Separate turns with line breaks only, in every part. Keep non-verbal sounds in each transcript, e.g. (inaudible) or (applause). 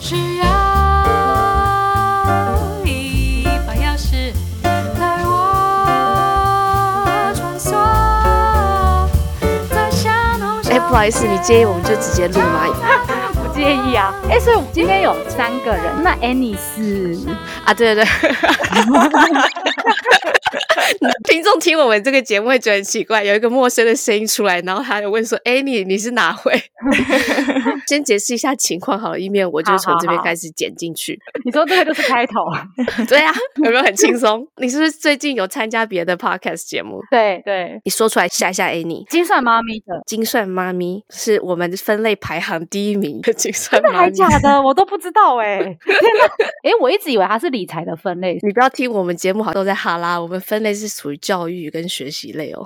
只要一把钥匙，带我穿梭在山红
哎，不好意思，你介意我们就直接录吗？
不介意啊。哎、所以我们今天有三个人，那 Annie 是
啊，
(laughs)
对对对，听众听我们这个节目会觉得很奇怪，有一个陌生的声音出来，然后他就问说：“哎，你你是哪
(laughs)
位？”先解释一下情况好了，以免我就
好
从
好
这边
好
开始剪进去。
你说这个就是开头，
对啊，有没有很轻
(laughs)
松？你是不是最近有参加别的 podcast 节目？
对对，
你说出来吓一吓 Annie。
精算妈咪的，
精算妈咪是我们分类排行第一名的精算
真的
妈
还
咪。
假的？我都不知道哎、天哪！哎，我一直以为它是理财的分类
你不要听我们节目好像都在哈拉，我们分类是属于教育跟学习类哦。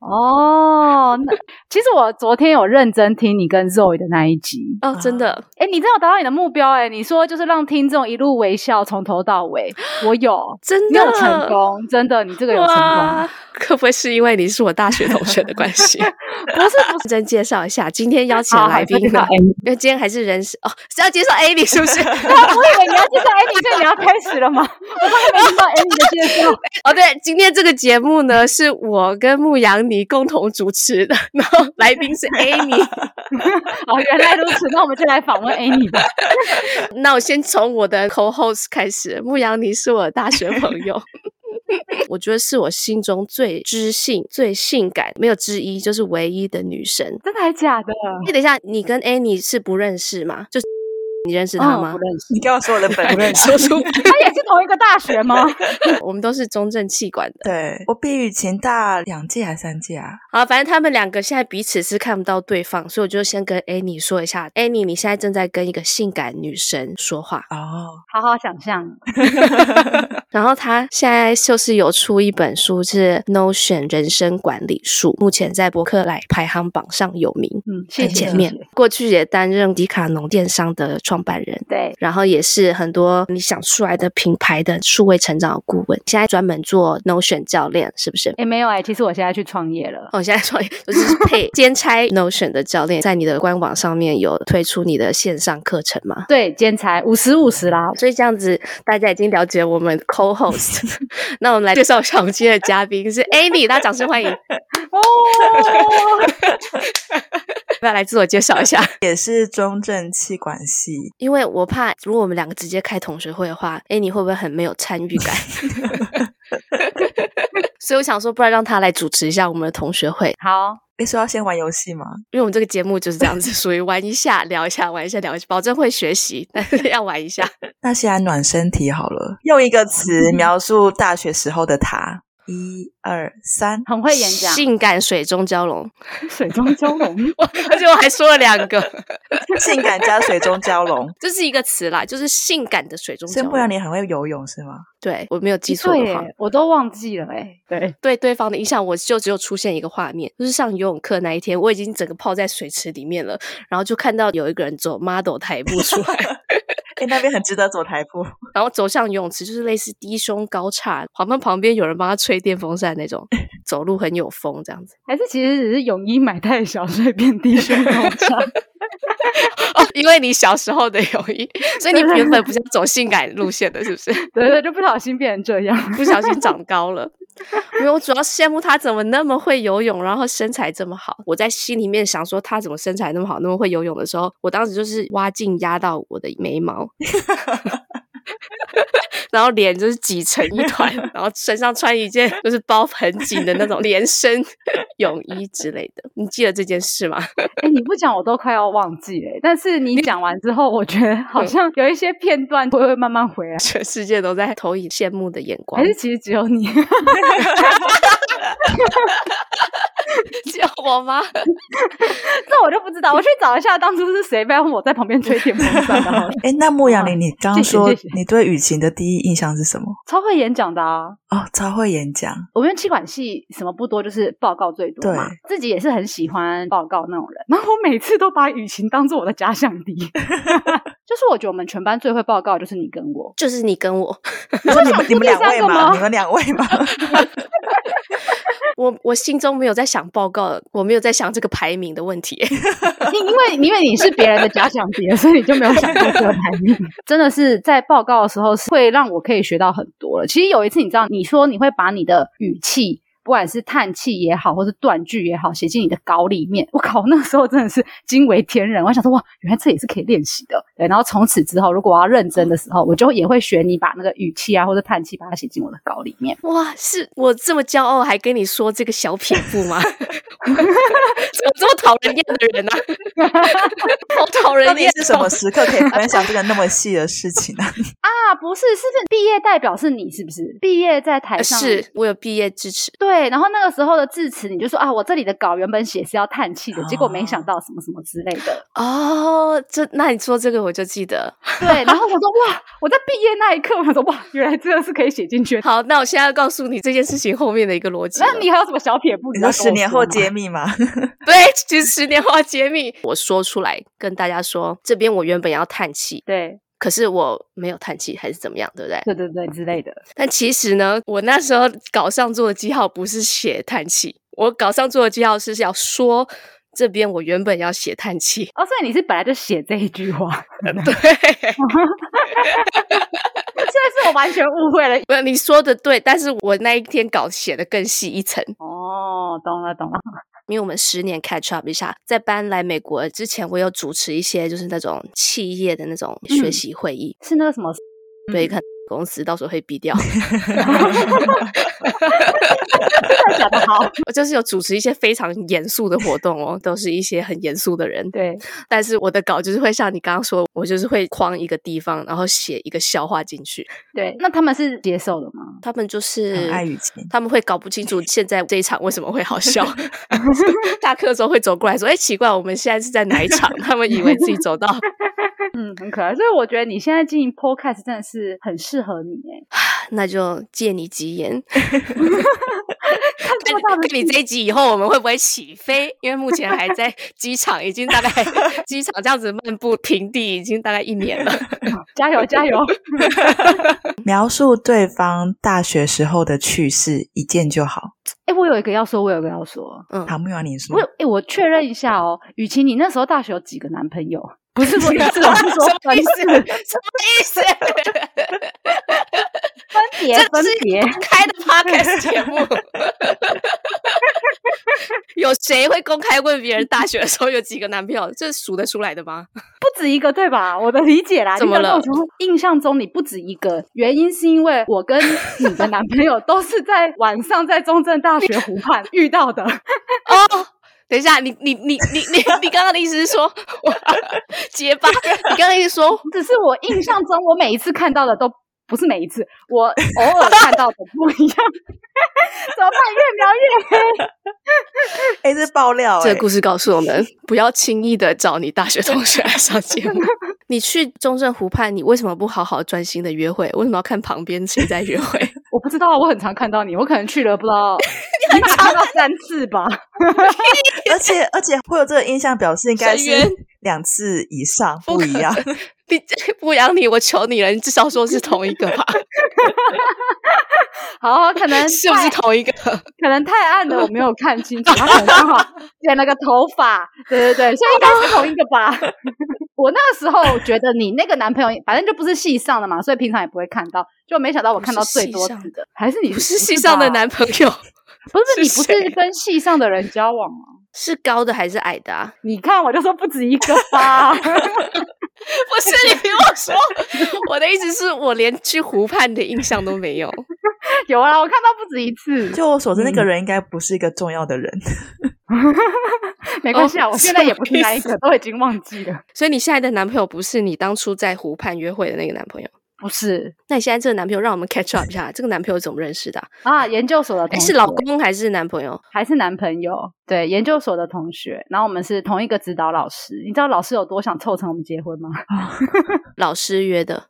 哦。那其实我昨天有认真听你跟 Zoe 的那一集，
哦，真的，
哎，你真的有达到你的目标哎、你说就是让听众一路微笑从头到尾，我有。
真
你
的
有成功，真的，你这个有成功
哇。可不会是因为你是我大学同学的关
(laughs)
系？不是，不是。真介绍一下，今天邀请的
好，
来宾
好介
呢
绍，Annie
因为今天还是人事哦，是要介绍 a m
(laughs)
是不是？
啊我以为你要介绍 Annie，所以你要开始了吗？ (laughs) 我都还没听到 Annie 的介绍。
哦，对，今天这个节目呢是我跟牧羊妮共同主持的，然后来宾是
(laughs)
Amy。
哦，原来如此，那我们就来访问 Annie 吧。
那我先从我的 co-host 开始，牧羊妮是我的大学 (laughs) 朋友。我觉得是我心中最知性、最性感，没有之一，就是唯一的女神。
真的还假的？
哎，等一下，你跟 Annie 是不认识吗？就是你认识她
嗯，
吗
不？认识。
(laughs) 你给我说我的本名。
说出
他也是同一个大学吗？
(laughs)
(laughs)
我们都是中正气管的
(laughs) 对我比雨晴大两届还三届啊？
啊，反正他们两个现在彼此是看不到对方，所以我就先跟 Annie 说一下，Annie，你现在正在跟一个性感女神说话，
哦，
好好想象，嗯
然后她现在就是有出一本书是 Notion 人生管理术，目前在博客来排行榜上有名，
嗯，谢谢。
很前面，过去也担任迪卡侬电商的创办人。
对，
然后也是很多你想出来的品牌的数位成长的顾问，现在专门做 Notion 教练，是不是？
哎，没有哎、其实我现在去创业了。
哦，现在 (laughs) 创业就是配兼差 Notion 的教练，在你的官网上面有推出你的线上课程吗？
对，兼才五十五十啦，
所以这样子，大家已经了解我们 (laughs) co-host。那我们来介绍一下我们今天的嘉宾是 Amy，大家掌声欢迎。要
哦，
不要来自我介绍一下？
也是中正气管系，
(laughs) 因为我怕，如果我们两个直接开同学会的话，Amy 会不会很没有参与 (laughs) 感？所以我想说，不然让他来主持一下我们的同学会，
(laughs) 好，
你说要先玩游戏吗？
因为我们这个节目就是这样子，属于玩一下、聊一下、玩一下、聊一下，保证会学习，但是要玩一 (laughs) 下。
那先来暖身题好了，用一个词描述大学时候的他。一二 (laughs) 三，
很会演讲，
性感水中蛟 (laughs) 龙，
(laughs) 水中蛟龙， (laughs)
而且我还说了两个，
性感加水中蛟龙。
这是一个词啦，就是性感的水中蛟
孙不然
龙。
你很会游泳是吗？
对我没有记错
对
的话，
耶，我都忘记了哎。对，
对对方的印象，我就只有出现一个画面，就是上游泳课那一天，我已经整个泡在水池里面了，然后就看到有一个人走 model 台步出来，
哎，那边很值得走台步。
然后走向游泳池，就是类似低胸高叉，旁边旁边有人帮他吹电风扇那种，走路很有风这样子。 (laughs)
还是其实只是泳衣买太小，所以变低胸高叉。 (laughs)
哦，因为你小时候的泳衣，所以你原本不是要走性感路线的，是不是？
对对，就不小心变成这样。
不小心长高了。 (laughs) 因为我主要羡慕他怎么那么会游泳，然后身材这么好。我在心里面想说他怎么身材那么好，那么会游泳的时候，我当时就是蛙镜压到我的眉毛， (laughs) 然后脸就是挤成一团，然后身上穿一件就是包很紧的那种连身泳衣之类的。你记得这件事吗？
(laughs)
(laughs)
哎、你不讲我都快要忘记了欸、但是你讲完之后，我觉得好像有一些片 (laughs) 段会会慢慢回来，
全世界都在投以羡慕的眼光
还，是其实只有 (laughs) 你？
只有我吗？ (laughs)
这我就不知道，我去找一下当初是谁，不然我在旁边吹电风扇的好 (laughs) 了
哎，那牧羊林，你刚说
谢谢谢谢
你对雨晴的第一印象是什么？
超会演讲的啊！
哦，超会演 (laughs) 讲。
我们气管系什么不多，就是报告最多嘛
对。
自己也是很喜欢报告那种人，然后我每次都把雨晴当做我的假想敌。 (laughs) 就是我觉得我们全班最会报告的就是你跟我，
就是你跟我。
你说你们你们
第
两
三
位
个吗
吗？你们两位吗？
我我心中没有在想报告，我没有在想这个排名的问题。
你 (laughs) 因为因为你是别人的假想敌，所以你就没有想过这个排名。 (laughs) 真的是在报告的时候，是会让我可以学到很多了。其实有一次，你知道，你说你会把你的语气。不管是叹气也好，或是断句也好，写进你的稿里面。我靠，那时候真的是惊为天人。我还想说，哇，原来这也是可以练习的。对，然后从此之后，如果我要认真的时候，我就也会学你把那个语气啊，或者叹气，把它写进我的稿里面。
哇，是我这么骄傲还跟你说这个小撇步
(laughs)
吗？怎么这么讨人厌的人啊？ (laughs) 好讨
到
人
底
厌！哦
是什么？时刻可以分享这个那么细的事
(laughs)
情呢、
啊，不是，是不是毕业代表是你？是不是毕业在台上？
呃是我有毕业支持，
对，然后那个时候的致辞，你就说啊，我这里的稿原本写是要叹气的，结果没
哦
想到什么什么之类的。
哦，这那你说这个我就记得。
对，然后我说哇，我在毕业那一刻，我想说哇，原来这个是可以写进去的。
好，那我现在要告诉你这件事情后面的一个逻辑了。
那你还有什么小撇步？
你
要跟
说十
我
年
说
后
吗
揭秘吗？
对，其实十年后揭秘，我说出来跟大家说，这边我原本要叹气，
对
可是我没有叹气，还是怎么样，对不对？
对对对之类的。
但其实呢，我那时候稿上做的记号不是写叹气，我稿上做的记号是要说这边我原本要写叹气， (laughs)
哦，所以你是本来就写这一句
(laughs)
话， (laughs)
对，
这是我完全误会了。
不，你说的对，但是我那一天稿写的更细一层，
哦，懂了懂了。
因为我们十年 catch up 一下，在搬来美国之前，我有主持一些就是那种企业的那种学
嗯
习会议，
是那个什么？嗯
对，看公司到时候会逼掉。 (laughs)
真的假的好？
我就是有主持一些非常严肃的活动哦，都是一些很严肃的人。
对，
但是我的稿就是会像你刚刚说，我就是会框一个地方，然后写一个笑话进去。
对，那他们是接受的吗？
他们就是
很爱语情
他们会搞不清楚现在这一场为什么会好
(laughs)
笑。下课的时候会走过来说：“哎、奇怪，我们现在是在哪一场？”
(laughs)
他们以为自己走到，
嗯，很可爱。所以我觉得你现在经营 podcast 真的是很适合你哎。
那就借你
(laughs)
吉言。
看这么大
看
的
你这一集以后，我们会不会起飞？因为目前还
(laughs)
在机场，已经大概机场这样子漫步平地，已经大概一年
(laughs)
了。
加油加油！
描述对方大学时候的趣事，一件就好。
哎、我有一个要说，我有一个要说。
嗯，
好，木瑶，你说
我，哎、诶我确认一下哦，雨晴，你那时候大学有几个男朋友？不是
(laughs)
说一次，我是说
什么
分
意思？什么
次
意思？
分别
这
分
是
别。
开的 podcast 节 (laughs) 目，有谁会公开问别人大学的时候有几个男朋友？这数得出来的吗？
不止一个对吧？我的理解啦，
怎么了
你的那种印象中你不止一个，原因是因为我跟你的男朋友都是在晚上在中正大学湖
(laughs)
畔遇到的，
哦。等一下，你你你你你你刚刚的意思是说，我结巴？你刚刚意思说，
只是我印象中我每一次看到的都不是每一次，我偶尔看到的不一样。 (laughs) 怎么办？越描越黑。
哎，这爆料
这
哎
个，故事告诉我们，不要轻易的找你大学同学来上节 (laughs) 目。你去中正湖畔，你为什么不好好专心的约会？为什么要看旁边谁在约会？ (laughs)
我不知道，我很常看到你，我可能去了不知道，你很 (laughs) 常看到三次吧。
而且而且会有这个印象，表示应该
深
是
渊
(laughs) 两次以上不一样。
你不养你，我求你了，你至少说是同一个吧？
好，可能
(laughs) 是不是
太
同一个？
可能太暗了，我没有看清楚，他可能刚
(laughs)
好剪了个头发，对对对，所以应该是同一个吧。
(laughs)
我那个时候觉得你那个男朋友，反正就不是戏上的嘛，所以平常也不会看到，就没想到我看到最多
不是
次
戏
的，还是你
不是系上的，男朋友，
不是你不
是
是
谁
跟戏上的人交往吗？
是高的还是矮
(laughs)
的、啊？
你看我就说不止一个
(laughs)
吧，
不是你听我说， (laughs) 我的意思是我连去湖畔的印象都没有。
有啦，我看到不止一次，
就我所知，那
嗯
个人应该不是一个重要的人。
没关系啊，
哦
我现在也不是那一个，都已经忘记了，
所以你现在的男朋友不是你当初在湖畔约会的那个男朋友。
不是
那你现在这个男朋友，让我们 catch up 一下，这个男朋友怎么认识的啊、
啊，研究所的
诶
同
是老
学
公还是男朋友？
还是男朋友，对，研究所的同学，然后我们是同一个指导老师。你知道老师有多想凑成我们结婚吗？
老师约的，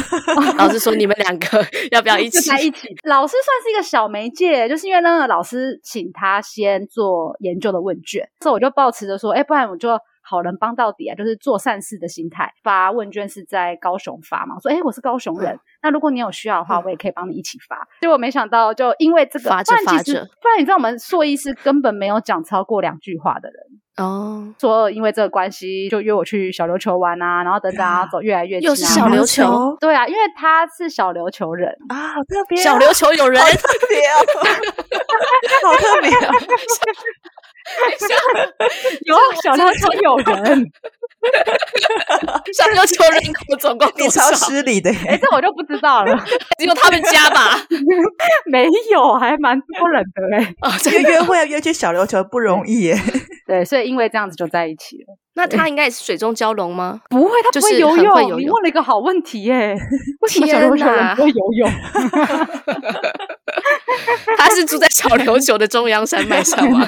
(laughs) 老师说你们两个要不要
(laughs)
一
就
起
在？一起。老师算是一个小媒介，就是因为那个老师请他先做研究的问卷，所以我就抱持着说，哎，不然我就好人帮到底啊，就是做善事的心态。发问卷是在高雄发嘛，我说哎、诶我是高雄
嗯
人，那如果你有需要的话，我也可以帮你一起发。结果没想到，就因为这个，
发着
不然其
发
实
着
不然你知道我们硕一是根本没有讲超过两句话的人。
哦，
硕二因为这个关系，就约我去小琉球玩啊，然后等等啊，走越来越近、啊。
又是小琉球
对啊，因为他是小琉球人，
啊，好特别、啊，
小琉球有人
好特别哦，
(laughs)
好特别哦，
有小琉球有
哦
(laughs)
人，
小琉球人口总共
你
多
超
少？
失礼的耶。
哎、这我就不知道 (laughs) 了，
只有他们家吧？
没有，还蛮多人的哎、
哦，
这
真
个
的。
约会要约去小琉球不容易耶， (laughs)
对，所以因为这样子就在一起了。
那他应该也是水中蛟龙吗？
不会，他
就
不会
是
游
很
泳。
会游
你
泳
问了一个好问题 (laughs) 耶、为什么小
天
琉球人
哪
不会游泳？
他是住在小琉球的中央山脉上 (laughs) 吗？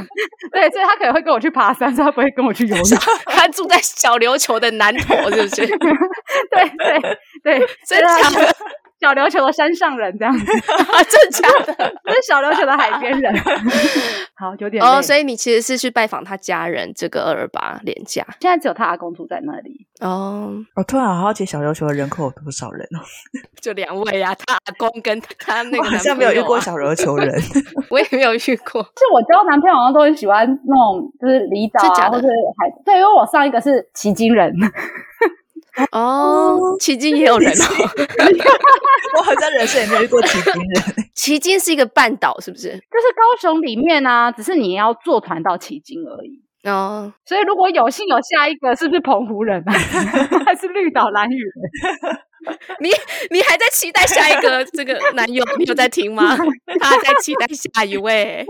对，所以他可能会跟我去爬山，所以他不会跟我去游泳。
他住在小琉球的南 (laughs) 头，是不
(laughs)
是？
对对对， (laughs) 所以
真
他
假
是小琉球的山上人这样子，
啊，真假的？
是小琉球的海边 (laughs) 人。好，有点
哦，
累
所以你其实是去拜访他家人，这个二二八连假
现在只有他阿公住在那里。
哦，
我突然好好奇小琉球的人口有多少人哦，
就两位啊，他阿公跟他他那
我
个、
好像没有遇
啊
过，小琉球人，
我也没有遇过。
是我交男朋友好像都很喜欢那种，就是离岛
真假
啊，
的
或者海。对，因为我上一个是奇经人， (laughs)
哦，奇经也有人 (laughs) 哦，
我好像人生也没有遇过奇兵人。
奇经是一个半岛，是不是？
就是高雄里面啊，只是你要坐团到奇经而已。
哦，
所以如果有幸有下一个，是不是澎湖人 (laughs) 啊？还是绿岛蓝屿人？
你你还在期待下一
(laughs)
个这个男友？你有在听吗？他在期待下一位。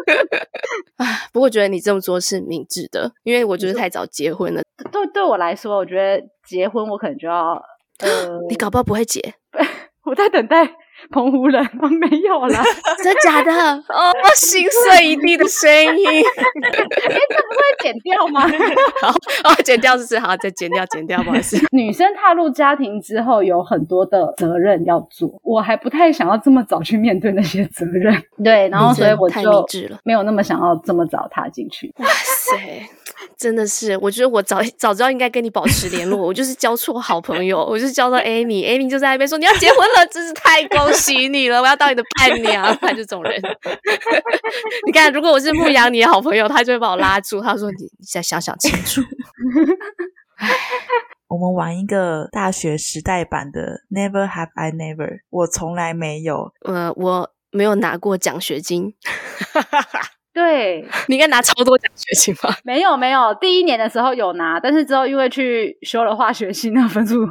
(laughs) 啊，不过我觉得你这么做是明智的，因为我觉得太早结婚了，
对，对我来说，我觉得结婚我可能就要呃，
你搞不好不会结，
(laughs) 我在等待澎湖人，啊没有 (laughs) 啦，
真假的？哦，心碎一地的声音。 (laughs)
会剪掉吗？
好，哦，剪掉是不是好，再剪掉，剪掉，不好意思。
女生踏入家庭之后，有很多的责任要做，我还不太想要这么早去面对那些责任。对，然 (laughs) 后所以我
太明
就
智了，
没有那么想要这么早踏进去。
哇塞，真的是，我觉得我早早知道应该跟你保持联络，我就是交错好朋友，我就是交到 Amy，Amy 就在那边说你要结婚了，真是太恭喜你了，我要当你的伴娘，他这种人。 (laughs) 你看，如果我是牧羊你的好朋友，他就会把我拉住，他说你你再想想清楚。
我们玩一个大学时代版的 Never Have I Never，我从来没有。
呃，我没有拿过奖学金，
对，
你应该拿超多奖学金吧？
没有没有，第一年的时候有拿，但是之后因为去修了化学系，那分数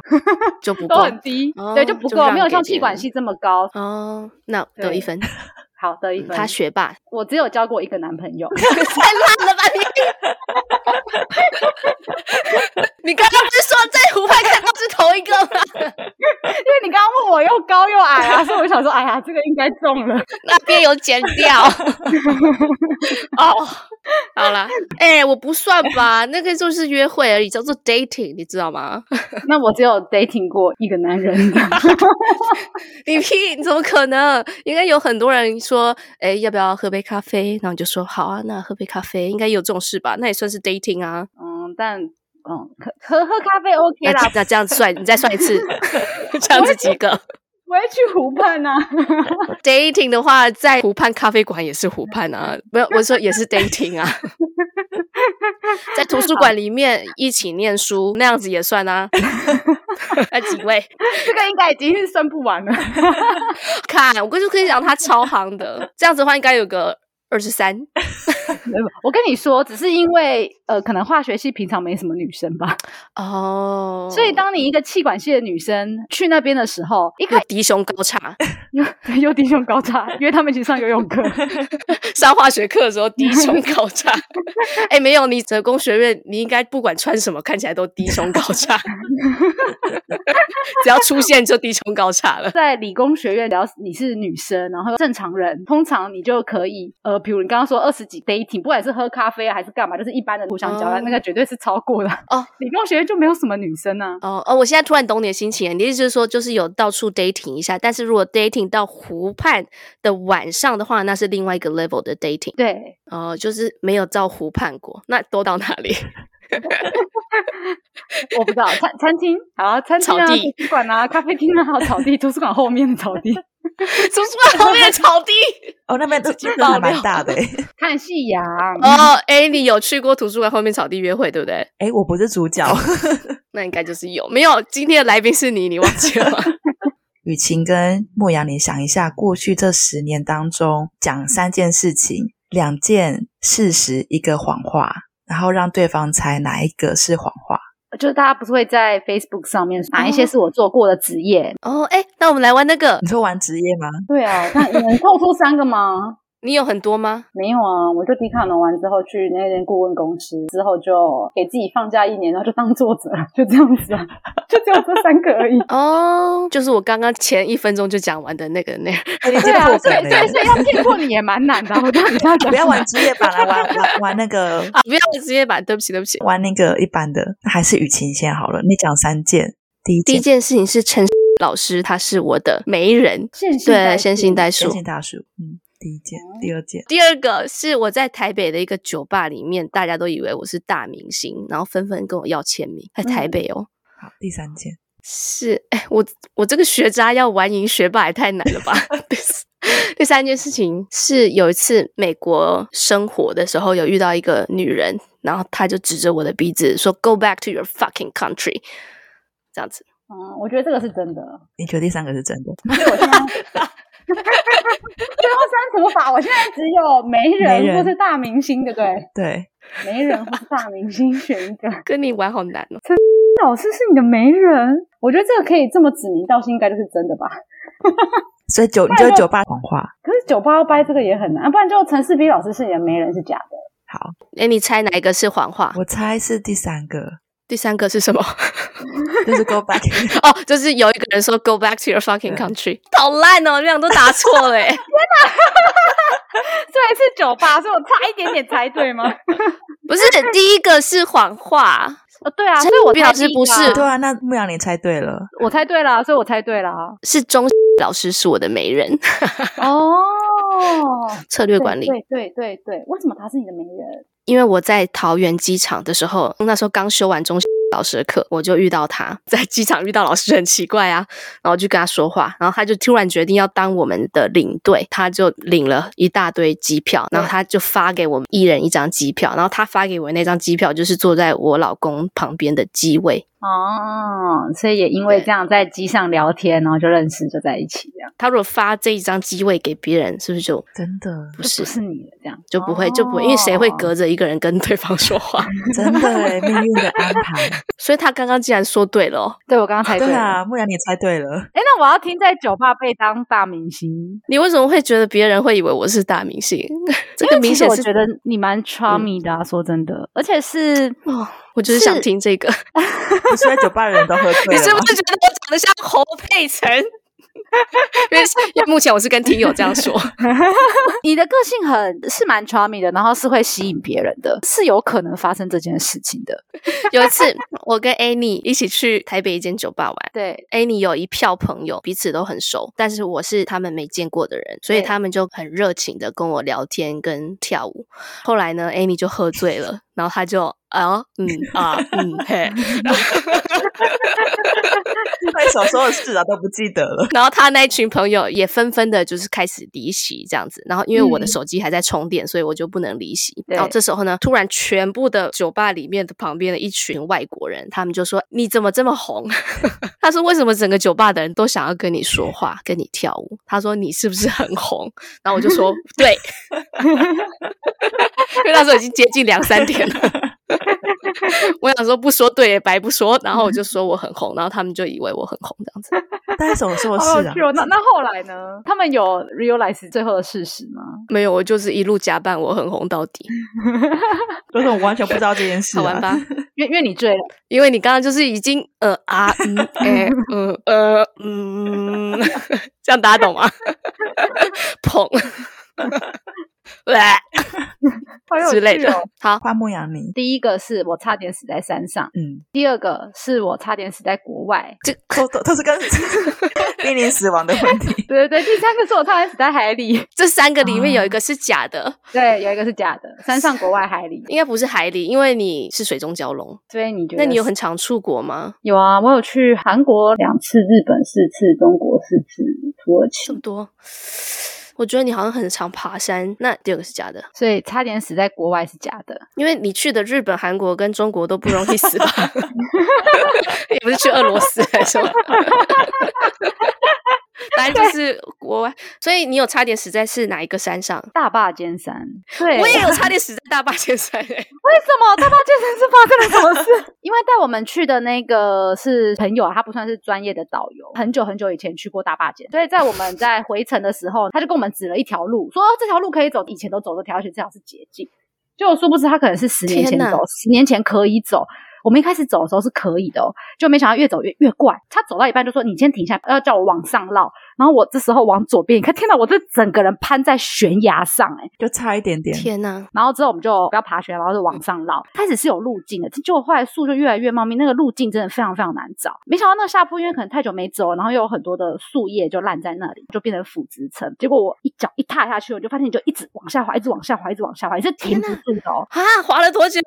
就不
都
够
很 (laughs) 低，
哦
对，就不
就
够，
让
没有
给
像
别
气管
人
系这么高。
哦，那得一
对
分，嗯
好的一分，
他学霸， (laughs)
我只有交过一个男朋友，
太烂了吧你！你刚刚不是说在湖畔看到是同一个吗？
(laughs) 因为你刚刚问我又高又矮啊，所以我想说，哎呀，这个应该中 (laughs) 了。
那边有剪掉。 (laughs) 哦，好啦，哎、我不算吧，那个就是约会而已，叫做 dating，你知道吗？ (laughs)
那我只有 dating 过一个男人，
你屁，你怎么可能？应该有很多人说，哎、要不要喝杯咖啡？然后你就说好啊，那喝杯咖啡，应该有这种事吧？那也算是 dating 啊。
嗯，但嗯，可喝喝咖啡 OK
那
啦，
那这样算，你再算一次，这样子几个？
我会去湖畔啊。 (laughs)
dating 的话，在湖畔咖啡馆也是湖畔
(laughs)
啊，没有，我说也是 dating 啊，在图书馆里面一起念书那样子也算
(laughs)
啊。那几位，
这个应该已经是算不完了。
看我就跟你讲，他超行的，这样子的话应该有个二十三。
我跟你说，只是因为呃，可能化学系平常没什么女生吧，
哦，
所以当你一个气管系的女生去那边的时候，一
有
开
低胸高叉，
又 (laughs) 又低胸高叉，约他们一起上游泳 (laughs) 课。
上化学课的时候低胸高
(laughs)
叉。哎、没有，你哲工学院，你应该不管穿什么，看起来都低胸高
(laughs)
叉，只要出现就低胸高叉了。
在理工学院，只要你是女生，然后正常人，通常你就可以，呃，比如你刚刚说二十几 dating，不管是喝咖啡啊还是干嘛，就是一般的互相交
哦
流，那个绝对是超过的。
哦，
理工学院就没有什么女生啊。
哦哦，我现在突然懂你的心情了。你的意思就是说，就是有到处 dating 一下，但是如果 dating 到湖畔的晚上的话，那是另外一个 level 的 dating。
对，
哦，就是没有到湖畔过，那都到哪里？ (laughs)
我不知道餐餐厅，好餐厅啊，
草地
图书馆啊，咖啡厅啊，草地，图书馆后面的草地，
图书馆后面的草地。
哦，那边都
己
都
爆
还
料
蛮大的欸。
看夕阳。
(laughs) 哦，哎，你有去过图书馆后面草地约会，对不对？
哎，我不是主角。
那应该就是有，没有？今天的来宾是你，你忘记了吗？ (laughs)
雨晴跟牧羊，你想一下，过去这十年当中，讲三件事情，两件事实，一个谎话，然后让对方猜哪一个是谎话。
就是大家不是会在 Facebook 上面哪一些是我做过的职业？
哦，哎，那我们来玩那个，
你说玩职业吗？
(laughs) 对啊，那你能透出三个吗？
你有很多吗？
没有啊，我就迪卡侬完之后去那间顾问公司，之后就给自己放假一年，然后就当作者， (laughs) 就这样子啊，就只有这三个而已。 (laughs)
哦，就是我刚刚前一分钟就讲完的那个 (laughs) 内容。
哎，你
对
这个
啊，
破
所以
梗
所以
了。
所以要骗过你也蛮难的啊。我到底要讲
不要玩职业版，来玩玩玩那个
啊，不要直接把，对不起，对不起。
玩那个一般的，那还是雨晴先好了。你讲三件，第一
第一件
件
事情是陈 (laughs) 老师，他是我的媒人，
线性代
对，
数
先信代
相
数。
信大叔，嗯，第一件，第二件，
第二个是我在台北的一个酒吧里面，大家都以为我是大明星，然后纷纷跟我要签名，在台北哦。
好，第三件，
是，哎，我我这个学渣要玩赢学霸也太难 (laughs) 了吧！第四第三件事情是有一次美国生活的时候，有遇到一个女人，然后她就指着我的鼻子说 “Go back to your fucking country”，这样子。
嗯，我觉得这个是真的。
你觉得第三个是真的？
所以我现在最后删除法，我现在只有媒
媒
人
人
或是大明星，对不对？
对，
媒人或是大明星选一个。
跟你玩好难哦。
老师是你的媒人，我觉得这个可以这么指名道姓，应该就是真的吧？
所以酒，你觉得酒吧谎话？
可是酒吧要掰这个也很难，啊不然就陈世斌老师是你的媒人是假 (laughs) 的。
好，
哎，你猜哪一个是谎话？
我猜是第三个，
第三个是什么？ (laughs)
就是 go back。
哦，就是有一个人说 “Go back to your fucking country”，好烂哦，你们俩都答错了欸诶。
虽然是酒吧，所以我差一点点猜对 (laughs) 吗？
(laughs) 不是，第一个是谎话，
哦，对啊，
陈
所以我
世斌
猜
老师
第一
不
个
是
啊
(laughs) 对啊，那牧羊你猜对了，
我猜对啦，所以我猜对啊啦。
是钟 (laughs) 老师是我的媒人，
哦，
策略管理。
对对对对，为什么他是你的媒人？
因为我在桃园机场的时候，那时候刚修完中老师的课，我就遇到他，在机场遇到老师很奇怪啊，然后就跟他说话，然后他就突然决定要当我们的领队，他就领了一大堆机票，然后他就发给我们一人一张机票，然后他发给我那张机票就是坐在我老公旁边的机位，
哦，所以也因为
对
这样在机上聊天，然后就认识，就在一起，这样
他如果发这一张机位给别人，是不是就
真的，
不
就是不是你的这样
就不会就不会，因为谁会隔着一个人跟对方说话？
哦
真的哎，命运的安排。
所以他刚刚竟然说对了哦、
对我刚刚猜
对
了。
啊，牧羊你猜对了，
哎，那我要听在酒吧被当大明星，
你为什么会觉得别人会以为我是大明星？ (laughs) 这
因
个
为
明
其实
显
我
是嗯
觉得你蛮 charming 的、啊，说真的，而且是
哦，我就是想听这个。
不是在酒吧的人都喝醉
(laughs) 你是
了
啊
吗
不？是觉得我长得像侯佩岑？ (laughs) 因为因为目前我是跟听友这样说，
你的个性很是蛮 charming 的，然后是会吸引别人的，是有可能发生这件事情的。
有一次我跟 Annie 一起去台北一间酒吧玩，
对，
Annie 有一票朋友，彼此都很熟，但是我是他们没见过的人，所以
对
他们就很热情的跟我聊天跟跳舞。后来呢，Annie 就喝醉了，然后他就啊嗯啊嗯嘿，
快手所有事啊都不记得了。
然后他那一群朋友也纷纷的就是开始离席这样子。然后因为我的
嗯
手机还在充电，所以我就不能离席。
对
然后这时候呢，突然全部的酒吧里面的旁边的一群外国人，他们就说：“你怎么这么红？” (laughs) 他说：“为什么整个酒吧的人都想要跟你说话，跟你跳舞？”他说：“你是不是很红？”然后我就说：“
(laughs)
对。” (laughs) 因为那时候已经接近两三点了。 (laughs) 我想说不说对也白不说，然后我就说我很红，然后他们就以为我很红这样子。
快手所
(laughs)
有
好有
事啊
趣，哦。那那后来呢？他们有 realize 最后的事实吗？
没有，我就是一路假扮我很红到底，
就是我完全不知道这件事、啊。
好玩吧？ (laughs)
因为因为你醉了，
因为你刚刚就是已经呃啊嗯哎嗯呃嗯， (laughs) 这样大家懂吗？ (laughs) 捧，喂， (laughs) 呃
好有趣哦
之类的。好，
换牧羊你，
哦第一个是我差点死在山上，
嗯，
第二个是我差点死在国外， (laughs)
这
都都都是 (laughs) 跟濒临死亡的问题。
对对对，第三个是我差点死在海里， (laughs)
这三个里面有一个是假的，
对，有一个是假的，山上国外海里，
应该不是海里，因为你是水中蛟龙。
所以你觉得
那你有
是
很常出国吗？
有啊？我有去韩国两次，日本四次，中国四次，土耳
这么
其，
多，我觉得你好像很常爬山。那第二个是假的，
所以差点死在国外是假的。
因为你去的日本、韩国跟中国都不容易死吧？ (laughs) 也不是去俄罗斯还是什么？ (laughs) 答案就是国外，所以你有差点死在是哪一个山上？
大坝尖山，对，
我也有差点死在大坝尖
(laughs)
山、欸，
为什么大坝健身是发生了什么事？ (laughs) 因为带我们去的那个是朋友，啊他不算是专业的导游，很久很久以前去过大坝健，所以在我们在回程的时候，他就跟我们指了一条路，说、哦这条路可以走，以前都走这条，而且这条是捷径。就我殊不知他可能是十年前
天哪
走，十年前可以走。我们一开始走的时候是可以的、哦，就没想到越走越越怪。他走到一半就说：“你先停下，要叫我往上绕。”然后我这时候往左边，你看，天哪，我这整个人攀在悬崖上、哎。
(laughs) 就差一点点，
天哪！
然后之后我们就不要爬悬崖，然后就往上绕。开始是有路径的，结果后来树就越来越茂密，那个路径真的非常非常难找。没想到那个下坡因为可能太久没走了，然后又有很多的树叶就烂在那里，就变成腐殖层。结果我一脚一踏下去，我就发现你就一直往下滑，一直往下滑，一直往下滑，你是停不住的哦。
啊，滑了多久？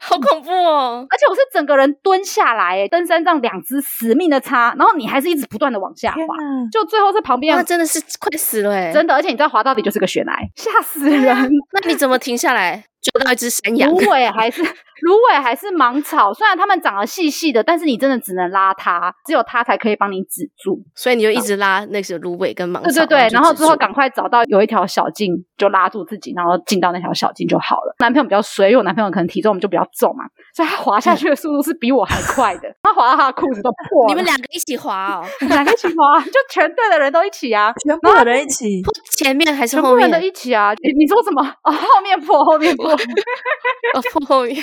好恐怖哦！
而且我是整个人蹲下来，哎登山杖两只死命的插，然后你还是一直不断的往下滑
天，哪！
就最后是旁边
那真的是快死了哎、
真的，而且你知道滑到底就是个悬崖，啊吓死人。
那你怎么停下来？救到一只山羊
芦？苇还是芦苇还是芒草，虽然它们长得细细的，但是你真的只能拉它，只有它才可以帮你止住。
所以你就一直拉那些芦苇跟芒草。
对对对，然后
就止
之后
住
赶快找到有一条小径，就拉住自己，然后进到那条小径就好了。男朋友比较衰，因为我男朋友可能体重就比较重嘛，所以他滑下去的速度是比我还快的，他滑到他的裤子都破了。
你们两个一起滑
(laughs)
哦，
两个一起滑，就全队的人都一起啊。
全部的人一起，
前面还是
全
后
部人
面？
都一起啊！你你说什么？哦，后面破，后面
(laughs)
破！
哦，后面。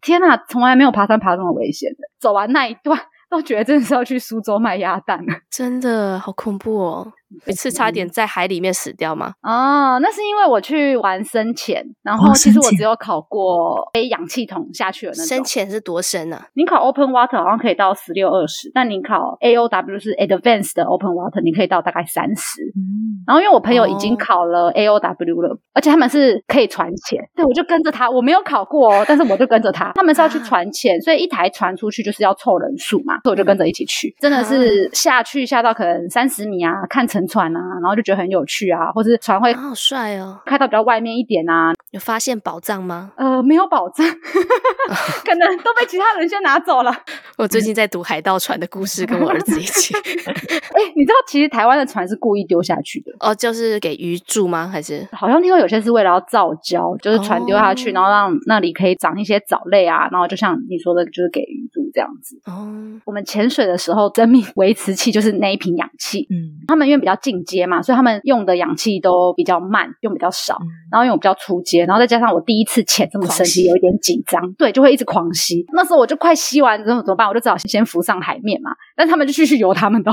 天呐，从来没有爬山爬这么危险的。走完那一段，都觉得真的是要去苏州卖鸭蛋了。
真的好恐怖哦！
嗯
有一次差点在海里面死掉吗？
哦，那是因为我去玩深潜，然
哦
后其实
深
我
潜
只有考过背氧气筒下去的那
深
种。
潜是多深啊？
你考 Open Water 好像可以到十六二十，但你考 AOW 是 Advanced 的 Open Water，你可以到大概三十。
嗯，
然后因为我朋友已
哦
经考了 AOW 了，而且他们是可以船潜，对我就跟着他，我没有考过哦， (laughs) 但是我就跟着他，他们是要去船潜，所以一台船出去就是要凑人数嘛，所以我就跟着一起去，真的是下去下到可能三十米啊，看沉船啊，然后就觉得很有趣啊，或是船会
啊好帅哦！
开到比较外面一点啊，
有发现宝藏吗？
呃，没有保障， (laughs) 可能都被其他人先拿走了。
我最近在读《海盗船的故事》，跟我儿子一起。
哎，你知道其实台湾的船是故意丢下去的。
(laughs) 哦，就是给鱼住吗？还是
好像听说有些是为了要造礁，就是船丢下去，
哦
然后让那里可以长一些藻类啊，然后就像你说的，就是给鱼住这样子。
哦，
我们潜水的时候，生命维持器就是那一瓶氧气。
嗯，
他们因为比较进阶嘛，所以他们用的氧气都比较慢，用比较少
嗯。
然后因为我比较出阶，然后再加上我第一次潜这么深，其
狂吸
实有一点紧张，对，就会一直狂吸。那时候我就快吸完之后怎么办？我就只好先浮上海面嘛。但他们就继续游他们的。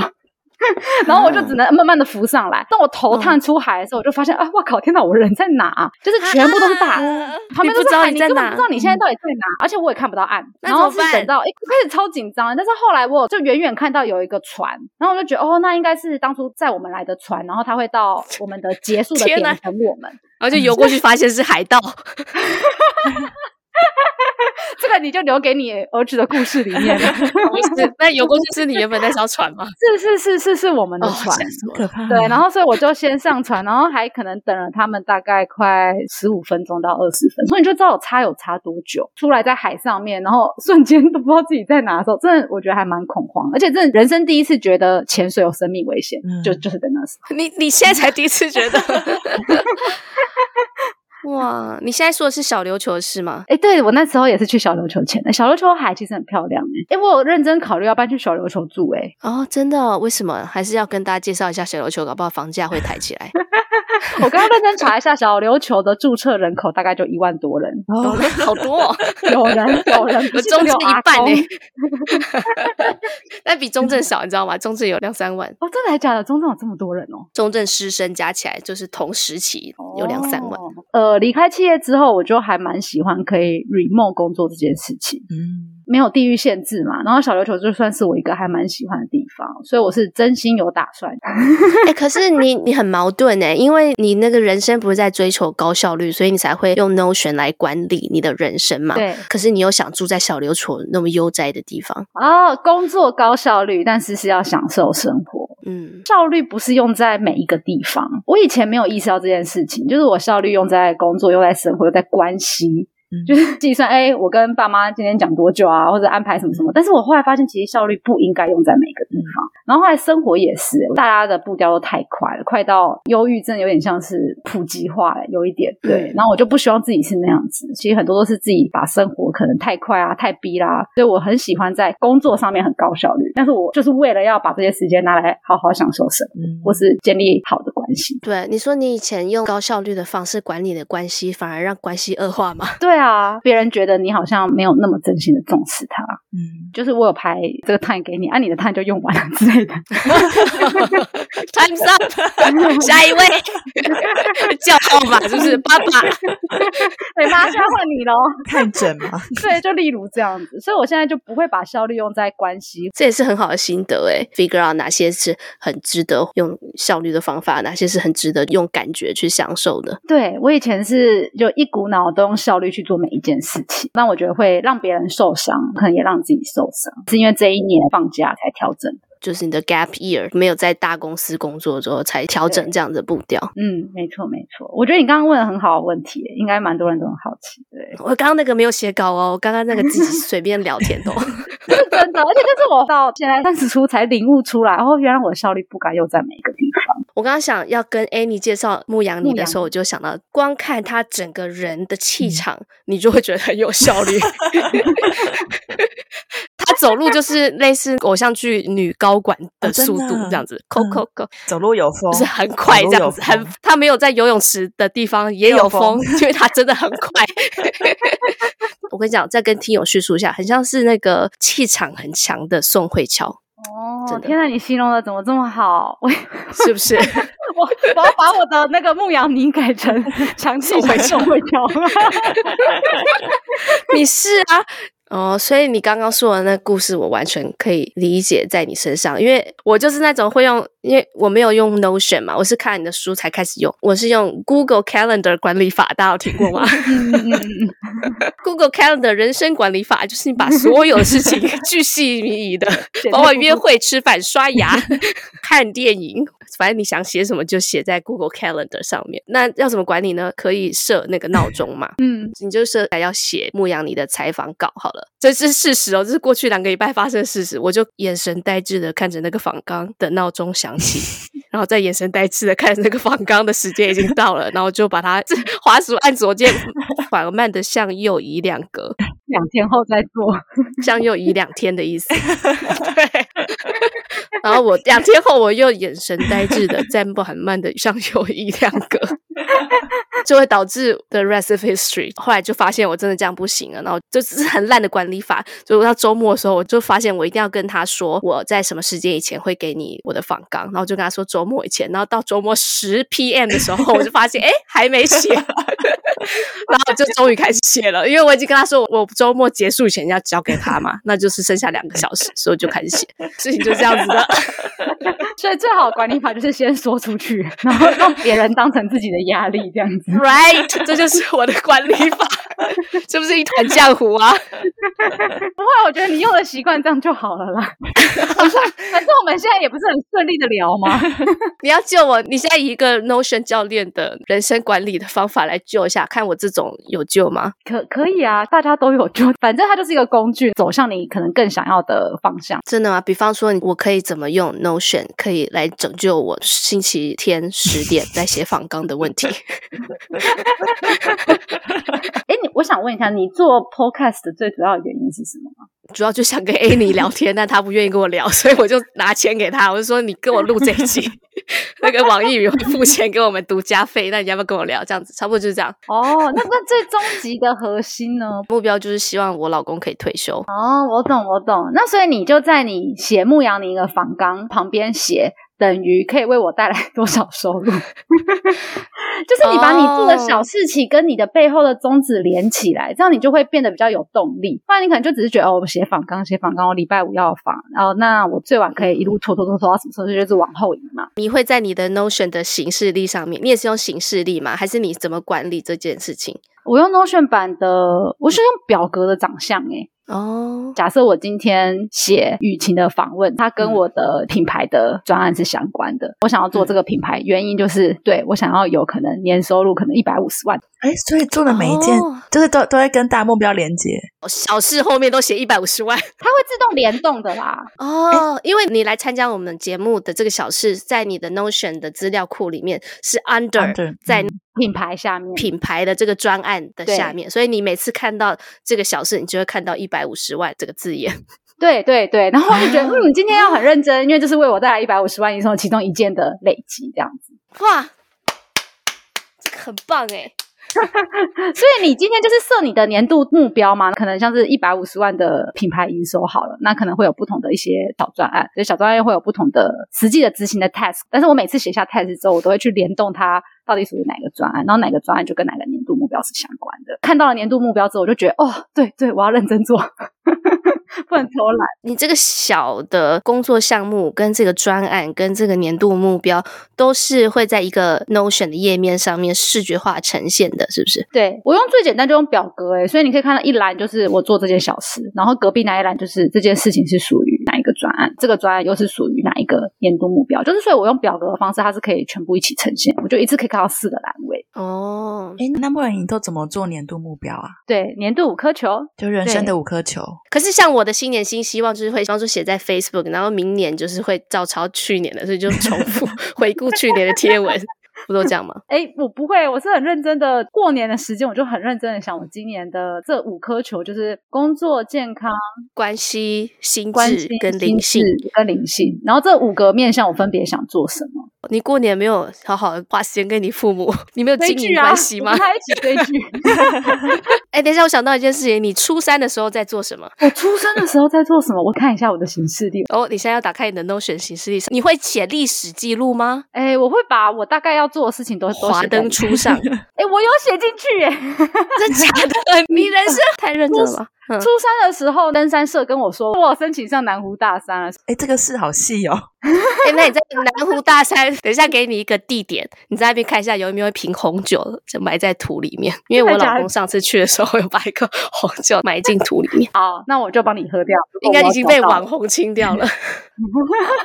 (laughs) 然后我就只能慢慢的浮上来。当我头探出海的时候，我就发现啊，哇靠！天哪，我人在哪、啊？就是全部都是大海，
啊
旁
你
边
不
都
知
是
道
海，
你
你
在
根本
哪嗯
不知？道你现在到底在哪，而且我也看不到岸。
那
然后是
怎么办
等到哎，我开始超紧张的，但是后来我就远远看到有一个船，然后我就觉得哦，那应该是当初载我们来的船，然后它会到我们的结束的
天
点
哪
等我们。 (laughs)
然后就游过去，发现是海盗。
这个你就留给你儿子的故事里面
(laughs)
了。
不是，那游过去是你原本那艘船
(laughs)
吗？
是是是是是我们的
哦，
船。
吓死我了
可怕。
对，然后所以我就先上船，然后还可能等了他们大概快十五分钟到二十分钟，所以你就知道我差有差多久。出来在海上面，然后瞬间都不知道自己在哪的时候，真的我觉得还蛮恐慌，而且真的人生第一次觉得潜水有生命危险，
嗯
就就是在那时候。
你你现在才第一
(laughs)
次觉得。 (laughs) 哇，你现在说的是小琉球的事吗？
哎，对我那时候也是去小琉球潜的，小琉球海其实很漂亮哎、诶我有认真考虑要搬去小琉球住哎、诶
哦，真的哦、为什么？还是要跟大家介绍一下小琉球，搞不好房价会抬起来。
我刚刚认真查一下，小琉球的注册人口大概就一万多人，
哦好多哦，
有人 (laughs) 有
(laughs)
人不
我
是只有
中正一
阿
半欸
公 (laughs)
呢，但比中正少，你知道吗？中正有两三万，
哦，真的还假的？中正有这么多人哦。
中正师生加起来就是同时期有两三万。
哦。呃，离开企业之后，我就还蛮喜欢可以 remote 工作这件事情，
嗯，
没有地域限制嘛。然后小琉球就算是我一个还蛮喜欢的地方，所以我是真心有打
(laughs)
算。
哎、可是你你很矛盾哎、因为你那个人生不是在追求高效率，所以你才会用 Notion 来管理你的人生嘛。
(laughs) 对
可是你又想住在小琉球那么悠哉的地方，
啊，工作高效率，但是是要享受生活。
嗯，
效率不是用在每一个地方，我以前没有意识到这件事情，就是我效率用在工作，用在生活，用在关系。
嗯
就是计算，哎、我跟爸妈今天讲多久啊，或者安排什么什么。但是我后来发现，其实效率不应该用在每个地方。然后后来生活也是，大家的步调都太快了，快到忧郁症有点像是普及化了，有一点对。然后我就不希望自己是那样子。其实很多都是自己把生活可能太快啊、太逼啦，所以我很喜欢在工作上面很高效率，但是我就是为了要把这些时间拿来好好享受生活，
嗯
或是建立好的关系。
对，你说你以前用高效率的方式管理你的关系，反而让关系恶化吗？
对啊，别人觉得你好像没有那么真心的重视他。
嗯，
就是我有排这个碳给你，啊，你的碳就用完了之类的。
Time's up，下一 (laughs) 位 (laughs) 叫号码是不是？爸 (laughs) 爸，
(laughs) 对妈，现在换你喽。
看诊嘛，
(laughs) 对，就例如这样子，所以我现在就不会把效率用在关系。
这也是很好的心得诶 f i g u r e out 哪些是很值得用效率的方法，哪些是很值得用感觉去享受的。
对我以前是就一股脑都用效率去做每一件事情，但我觉得会让别人受伤，可能也让自己受伤，是因为这一年放假才调整。
就是你的 gap year 没有在大公司工作之后才调整
对
这样子的步调。
嗯，没错没错，我觉得你刚刚问的很好的问题，应该蛮多人都很好奇。对， (laughs)
我刚刚那个没有写稿哦，我刚刚那个自己随便聊天的哦。
是真的，而且这是我到现在三十出才领悟出来，哦，原来我的效率不该用在每一个地方。
我刚刚想要跟 Annie 介绍牧羊
牧
你的
羊
时候，我就想到，光看他整个人的
嗯
气场，你就会觉得很有效
(laughs)
率。他走路就是类似偶像剧女高管的
哦真
速度
的
这样子，扣
嗯
扣扣，
走路有风，
啊
就是很快
走
这
路
样
有
子，很
风
他没有在游泳池的地方也
有
有风
风，
因为他真
(laughs)
的很快。我跟你讲，再跟听友叙述一下，很像是那个气场很强的宋慧乔，
哦
真，的
天呐，你形容的怎么这么好？ (laughs) 我
是不是？
我我要把我的那个牧羊泥改成 (laughs) 强气
送回
送回调。
(laughs) 你是啊。哦，所以你刚刚说的那故事，我完全可以理解在你身上，因为我就是那种会用，因为我没有用 Notion 嘛，我是看你的书才开始用，我是用 Google Calendar 管理法，大家有听过
(laughs)
吗 (laughs)
嗯嗯嗯
？Google Calendar 人生管理法就是你把所有事情 (laughs) 巨细靡遗的，
简
包括
单
约会、吃饭、刷牙、 (laughs) 看电影，反正你想写什么就写在 Google Calendar 上面。那要怎么管理呢？可以设那个闹钟嘛，
嗯，
你就设要写牧羊你的采访稿好了，这是事实哦，这是过去两个礼拜发生的事实。我就眼神呆滞的看着那个仿纲的闹钟响起，然后再眼神呆滞的看着那个仿纲的时间已经到了，然后就把它 (laughs) 滑鼠按左键，缓慢的向右移两格，
两天后再做。
向右移两天的意思。对。 (laughs) 然后我两天后我又眼神呆滞的再缓慢的向右移两格，就会导致 the rest of history。后来就发现我真的这样不行了，然后就只是很烂的管理法。就到周末的时候，我就发现我一定要跟他说我在什么时间以前会给你我的访纲，然后就跟他说周末以前，然后到周末十 p.m. 的时候，我就发现哎还没写，然后我就终于开始写了，因为我已经跟他说我周末结束以前要交给他嘛，那就是剩下两个小时，所以我就开始写，事情就这样子 (laughs) 的。
所以最好的管理法就是先说出去，然后让别人当成自己的压力，这样子。
Right，这就是我的管理法，是不是一团浆糊啊？
不会，我觉得你用的习惯这样就好了啦。我说反正我们现在也不是很顺利的聊嘛。
你要救我，你现在以一个 Notion 教练的人生管理的方法来救一下，看我这种有救吗？
可可以啊，大家都有就，反正它就是一个工具，走向你可能更想要的方向。
真的吗？比方说，我可以怎么用 Notion 可以来拯救我星期天十点在写访纲的问题？
哎，你我想问一下，你做 podcast 的最主要的原因是什么？
主要就想跟 (laughs) Annie 聊天，但她不愿意跟我聊，所以我就拿钱给她，我就说你跟我录这一集，那个网易云会付钱给我们独家费，那你要不要跟我聊？这样子，差不多就是这样。
哦，那那最终极的核心呢？
目标就是希望我老公可以退休，
哦，我懂，我懂。那所以你就在你写牧羊你的访纲旁边写，等于可以为我带来多少收入？ (laughs) 就是你把你做的小事情跟你的背后的宗旨连起来，这样你就会变得比较有动力。不然你可能就只是觉得哦，我写访纲，写访纲，我礼拜五要访，然后那我最晚可以一路拖拖拖拖到什么时候，这就是往后移嘛。
你会在你的 Notion 的形式力上面，你也是用形式力吗？还是你怎么管理这件事情？
我用 Notion 版的，我是用表格的长相欸诶、
哦，
假设我今天写雨晴的访问，它跟我的品牌的专案是相关的。我想要做这个品牌，原因就是对我想要有可能年收入可能一百五十万。
哎，所以做的每一件、
哦
就是都都会跟大目标连接。
小事后面都写一百五十万
它会自动联动的啦。
哦，因为你来参加我们节目的这个小事，在你的 Notion 的资料库里面是 under
Under，
在
嗯
品牌下面，
品牌的这个专案的
对
下面，所以你每次看到这个小事，你就会看到一百五十万这个字眼。
对对对，然后我就觉得，嗯，今天要很认真，因为这是为我带来一百五十万以上其中一件的累积，这样子。
哇，这个很棒哎、
(laughs) 所以你今天就是设你的年度目标嘛，可能像是一百五十万的品牌营收好了，那可能会有不同的一些小专案，所以小专案会有不同的实际的执行的 task。但是我每次写下 task 之后，我都会去联动它到底属于哪个专案，然后哪个专案就跟哪个年度目标是相关的。看到了年度目标之后，我就觉得哦，对对，我要认真做， (laughs) 不能偷懒。
你这个小的工作项目跟这个专案跟这个年度目标，都是会在一个 Notion 的页面上面视觉化呈现的，是不是？
对我用最简单就用表格诶、欸所以你可以看到一栏就是我做这件小事，然后隔壁那一栏就是这件事情是属于哪一个专案，这个专案又是属于哪一个年度目标，就是所以我用表格的方式，它是可以全部一起呈现，我就一次可以看到四个栏位。
哦，
哎，那不然你都怎么做年度目标啊？
对，年度五颗球，
就人生
对
的五颗球，
可是像我的新年新希望就是会，比方说写在 Facebook，然后明年就是会照抄去年的，所以就重复 (laughs) 回顾去年的贴文，不都这样吗？
哎，我不会，我是很认真的。过年的时间，我就很认真的想，我今年的这五颗球就是工作、健康、
关系、心
关
智
系、
跟灵性
心，智跟灵性，然后这五个面向，我分别想做什么。
你过年没有好好地花时间跟你父母，你没有
追
经营
剧啊，
关系
我
吗
们？还一起追剧。
哎、等一下，我想到一件事情，你初三的时候在做什么？
我出生的时候在做什么？我看一下我的行事历。
哦，你现在要打开你的 Notion 形式历史，你会写历史记录吗？
(laughs) 哎，我会把我大概要做的事情都都
华
写在
灯初
(laughs)
上，
哎，我有写进去
(laughs)
耶。
真假的？ (laughs) 你
(laughs)
人生太认真了吧？嗯
初三的时候，登山社跟我说，我有申请上南湖大山了。啊
哎，这个事好细哦。
(laughs) 哎、那你在南湖大山，等一下给你一个地点，你在那边看一下有没有一瓶红酒就埋在土里面。因为
真
我
的
老
假的
公上次去的时候有把一个红酒埋进土里
(laughs)
面，
好，那我就帮你喝掉。
应该已经被网
红
红清掉了。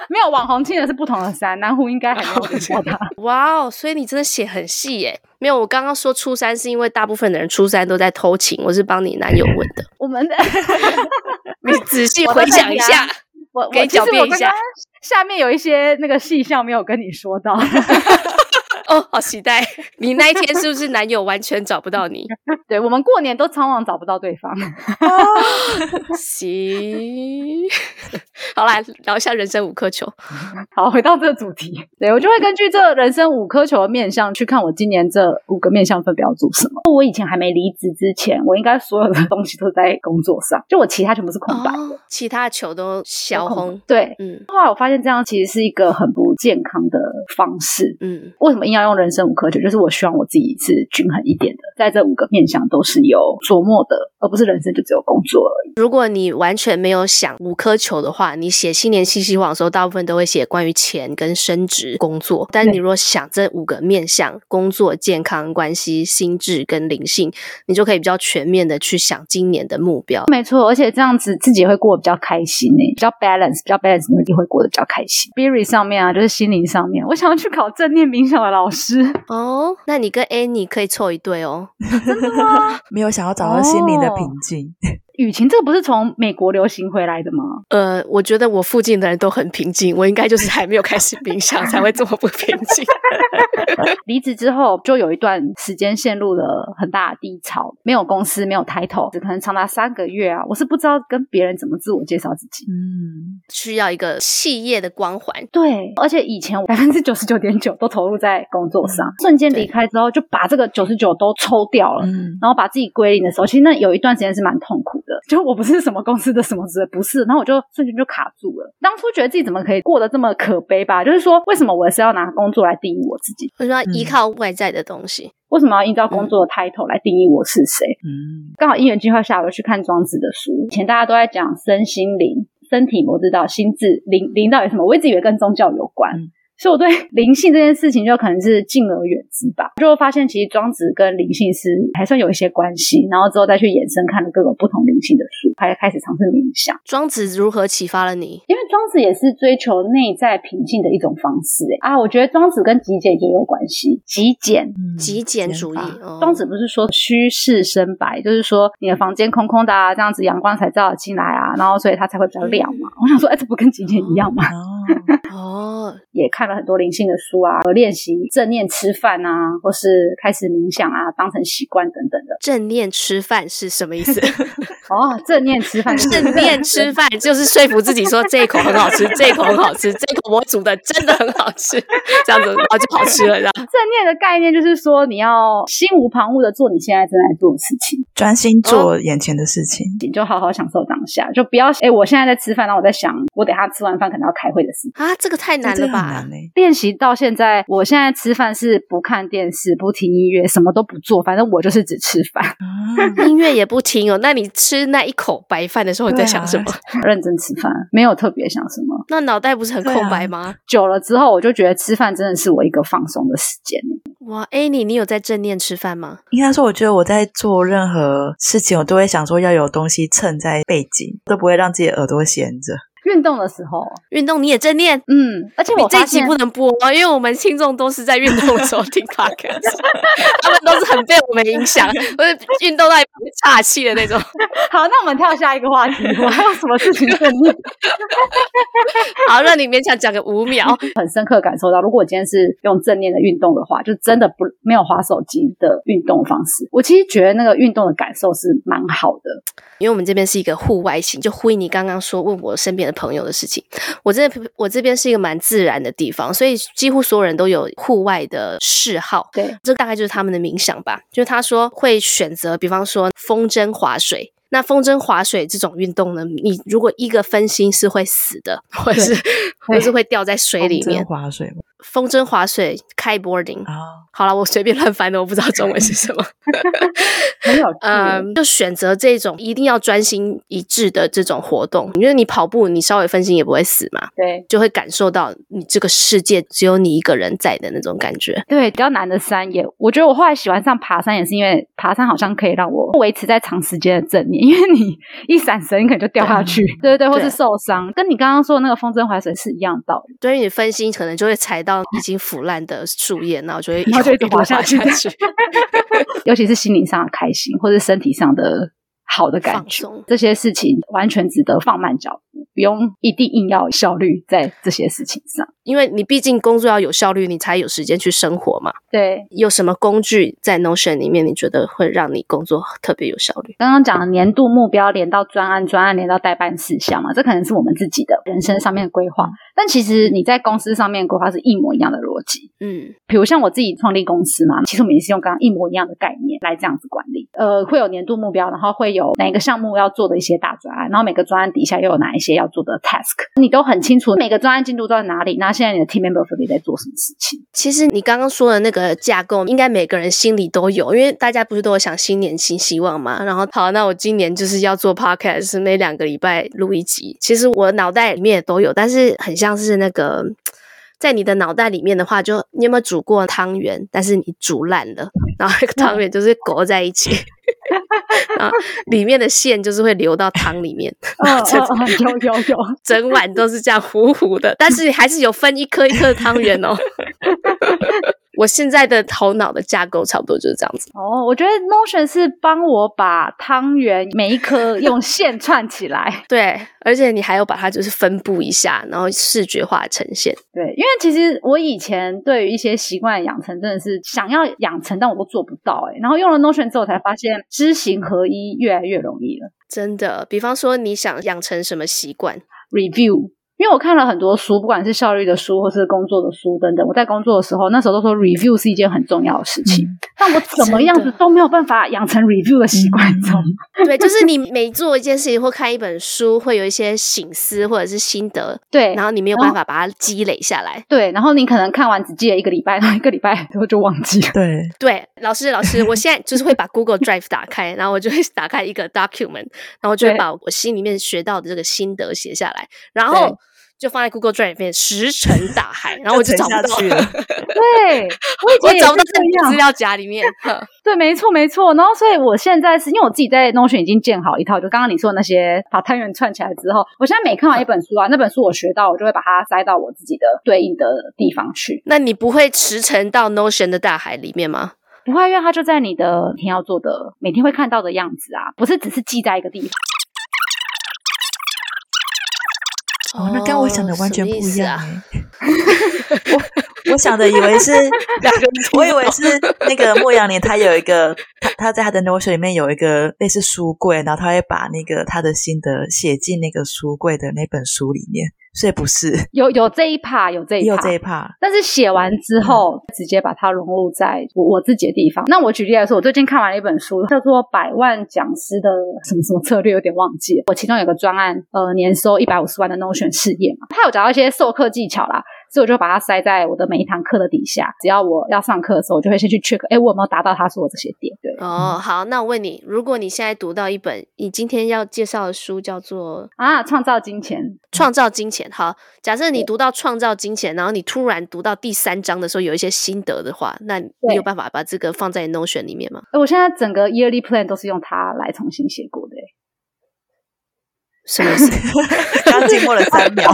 没有网红清的是不同的山，南湖应该还没有听到
(laughs)
它。
哇哦，所以你真的写很细耶！没有，我刚刚说初三是因为大部分的人初三都在偷情，我是帮你男友问的。
我们的，
(laughs)
(laughs)
你仔细
我都
回
在
想一
家
下。
我我
给你
其实
狡辩
我
一
刚
下
刚下面有一些那个细项没有跟你说到。 (laughs)
哦，好期待！ (laughs) 你那一天是不是男友完全找不到 (laughs) 你？
对，我们过年都常常找不到对方。
行， (laughs) 好啦，聊一下人生五颗球。
好，回到这个主题，对我就会根据这人生五颗球的面向去看我今年这五个面向分别要做什么。我以前还没离职之前，我应该所有的东西都在工作上，就我其他全部是空白。
哦，其他的球都小
空白
红。
对，
嗯
后来我发现这样其实是一个很不健康的方式。
嗯，
为什么硬要用人生五颗球？就是我希望我自己是均衡一点的，在这五个面向都是有琢磨的，而不是人生就只有工作而已。
如果你完全没有想五颗球的话，你写新年新希望的时候，大部分都会写关于钱跟升职、工作。但
对
你如果想这五个面向——工作、健康、关系、心智跟灵性，你就可以比较全面的去想今年的目标。
没错，而且这样子自己会过得比较开心呢、比较 balance，比较 balance，你会会过得比较开心。Spirit 上面啊，就是心灵上面，我想要去考正念冥想的老师。 (laughs)
哦，那你跟 Annie 可以凑一对哦。
没有想要找到心灵的
哦
平静，
雨晴，这个不是从美国流行回来的吗？
呃，我觉得我附近的人都很平静，我应该就是还没有开始冥想才会这么不平静。
离职之后，就有一段时间陷入了很大的低潮，没有公司，没有抬头，只可能长达三个月啊！我是不知道跟别人怎么自我介绍自己。
嗯，
(laughs) 需要一个企业的光环，
对，而且以前百分之九十九点九都投入在工作上，瞬间离开之后，就把这个九十九都抽掉了。
嗯，
然后把自己归零的时候，其实那有一段时间是蛮痛苦的。就我不是什么公司的什么职位，不是，然后我就瞬间就卡住了。当初觉得自己怎么可以过得这么可悲吧？就是说，为什么我是要拿工作来定义我自己？
我说要依靠外在的东西。
为什么要依照工作的 title 来定义我是谁？
嗯，
刚好因缘机会下，我去看庄子的书。以前大家都在讲身心灵，身体我知道，心智灵灵到底是什么？我一直以为跟宗教有关，
嗯
所以我对灵性这件事情就可能是敬而远之吧。就发现其实庄子跟灵性是还算有一些关系，然后之后再去延伸看了各种不同灵性的书，还开始尝试冥想。
庄子如何启发了你？
因为庄子也是追求内在平静的一种方式、欸、啊，我觉得庄子跟极简也有关系。极简
嗯
极简主义
法，
哦
庄子不是说虚室生白，就是说你的房间空空的啊，这样子阳光才照得进来啊，然后所以它才会比较亮嘛。 (laughs) 我想说，哎，这不跟极简一样吗？
哦，
哦，
也看了很多灵性的书啊，和练习正念吃饭啊，或是开始冥想啊，当成习惯等等的。
正念吃饭是什么意
(laughs)
思？
哦，正念吃饭，
正念
(laughs)
吃饭就是说服自己说这一口很好吃，这一口很好吃，这一口我煮的真的很好吃，这样子然后就好吃了，这样。
正念的概念就是说，你要心无旁骛的做你现在正在做的事情。
专心做眼前的事情，
就好好享受当下，就不要哎、我现在在吃饭，然后我在想，我等一下吃完饭可能要开会的事情。
啊，这个太难
这
了
很
吧
难？呢。欸
练习到现在，我现在吃饭是不看电视、不听音乐，什么都不做，反正我就是只吃饭， (laughs)
啊
音乐也不听哦，那你吃那一口白饭的时候你在
对啊
想什么？ (laughs)
认真吃饭，没有特别想什么。
那脑袋不是很
对啊
空白吗？
久了之后，我就觉得吃饭真的是我一个放松的时间。
哇，Annie，你有在正念吃饭吗？
应该说，我觉得我在做任何事情，我都会想说要有东西衬在背景，都不会让自己的耳朵闲着。
运动的时候，
运动你也正念？
嗯，而且
你
我
这一
发
集
现
不能播哦，因为我们听众都是在运动的时候 (laughs) 听 podcast，他们都是很被我们影响，或者运动到一半就岔气的那种。
好，那我们跳下一个话题，我还有什么事情正念？ (laughs)
好，让你勉强讲个五秒。
很深刻感受到，如果我今天是用正念的运动的话，就真的不没有滑手机的运动方式。我其实觉得那个运动的感受是蛮好的。
(laughs) 因为我们这边是一个户外型，就呼应你刚刚说问我身边的朋友的事情。我这我这边是一个蛮自然的地方，所以几乎所有人都有户外的嗜好。
对，
这大概就是他们的冥想吧。就是他说会选择，比方说风筝、划水。那风筝、划水这种运动呢，你如果一个分心是会死的，或者是或者是会掉在水里面
风筝。划水吗
风筝、划水、kiteboarding， (laughs)
啊，
好了，我随便乱翻的，我不知道中文是什
(laughs)
么。
很有趣。
嗯，就选择这种一定要专心一致的这种活动，因为你跑步，你稍微分心也不会死嘛，
对
就会感受到你这个世界只有你一个人在的那种感觉。
对，比较难的山也，我觉得我后来喜欢上爬山也是因为爬山好像可以让我维持在长时间的正念，因为你一闪神你可能就掉下去，对对啊对，或
对
是受伤，跟你刚刚说的那个风筝划水是一样的道理。
所以你分心，可能就会踩到已经腐烂的树叶，然后就会一
然后就一
路
直
一路
滑下
滑
去
下去，
尤其是心灵上的开心，或是身体上的好的感
放
觉
松，
这些事情完全值得放慢脚步，不用一定硬要效率在这些事情上。
因为你毕竟工作要有效率，你才有时间去生活嘛。
对，
有什么工具在 Notion 里面，你觉得会让你工作特别有效率？
刚刚讲的年度目标连到专案，专案连到代办事项嘛，这可能是我们自己的人生上面的规划，但其实你在公司上面的规划是一模一样的逻辑。
嗯，
比如像我自己创立公司嘛，其实我们也是用刚刚一模一样的概念来这样子管理。呃，会有年度目标，然后会有哪一个项目要做的一些大专案，然后每个专案底下又有哪一些要做的 task，你都很清楚每个专案进度到哪里。那现在你的 team member 分别在做什么事情？
其实你刚刚说的那个架构，应该每个人心里都有，因为大家不是都有想新年新希望嘛。然后，好，那我今年就是要做 podcast，每两个礼拜录一集。其实我脑袋里面也都有，但是很像是那个。在你的脑袋里面的话，就你有没有煮过汤圆？但是你煮烂了，然后那个汤圆就是裹在一起， (laughs) 啊，里面的馅就是会流到汤里面， (laughs)
嗯嗯，有有有，
整碗都是这样糊糊的，但是还是有分一颗一颗的汤圆哦。我现在的头脑的架构差不多就是这样子。
哦，我觉得 Notion 是帮我把汤圆每一
(laughs)
颗用线串起来。
对，而且你还要把它就是分布一下，然后视觉化呈现。
对，因为其实我以前对于一些习惯的养成真的是想要养成，但我都做不到哎、然后用了 Notion 之后，才发现知行合一越来越容易了。
真的，比方说你想养成什么习惯，
Review，因为我看了很多书，不管是效率的书或是工作的书等等。我在工作的时候，那时候都说 review 是一件很重要的事
嗯
情，但我怎么样
嗯真
子
的嗯
都没有办法养成 review 的习惯，
嗯
你知道吗？
对，就是你每做一件事情或看一本书，会有一些醒思或者是心得，
对
然后你没有办法把它积累下来。
对，然后你可能看完只记得一个礼拜，然后一个礼拜 (laughs) 之后就忘记了。
对，
对，老师，老师，我现在就是会把 Google Drive 打开，然后我就会打开一个 document，然后就会
对
把我心里面学到的这个心得写下来，然后
对
就放在 Google Drive 里面石沉大海，然后我就
沉
找
下
不到
去
(laughs)
了，
(laughs) 对，我
我
以前也
找不
是
到
这
在
样
资。料夹里
(laughs)
面。呵
对，没错，没错。然后，所以我现在是因为我自己在 Notion 已经建好一套，就刚刚你说的那些把单元串起来之后，我现在每看完一本书啊，那本书我学到，我就会把它塞到我自己的对应的地方去。
那你不会石沉到 Notion 的大海里面吗？
不会，因为它就在你的每天要做的、每天会看到的样子啊，不是只是记在一个地方。
哦，那跟我想的完全不一
什么意
样
思啊。啊
欸、 (laughs) 我我想的以
(laughs)
为是两个，我以为是那个莫阳莲，他有一个他他在他的 Notion 里面有一个类似书柜，然后他会把那个他的心得写进那个书柜的那本书里面，所以不是
有有这一趴，有这
也
一
有
趴
这。一趴。
但是写完之后，直接把它融入在我我自己的地方。那我举例来说，我最近看完了一本书，叫做《百万讲师的什么什么策略》，有点忘记了。我其中有个专案，呃，年收一百五十万的 Notion 事业嘛，它有讲到一些授课技巧啦，所以我就把它塞在我的每一堂课的底下。只要我要上课的时候，我就会先去 check，哎，我有没有达到他说的这些点？对
哦，
嗯
好，那我问你，如果你现在读到一本你今天要介绍的书，叫做《
啊，创造金钱，
创造金钱》，好，假设你读到《创造金钱》，然后你突然读到第三章的时候有一些心得的话，那你
对
有办法把这个放在 Notion 里面吗？
哎，我现在整个 yearly plan 都是用它来重新写过的。哎
什么
(laughs)
意思？
刚静默了
(laughs)
三秒，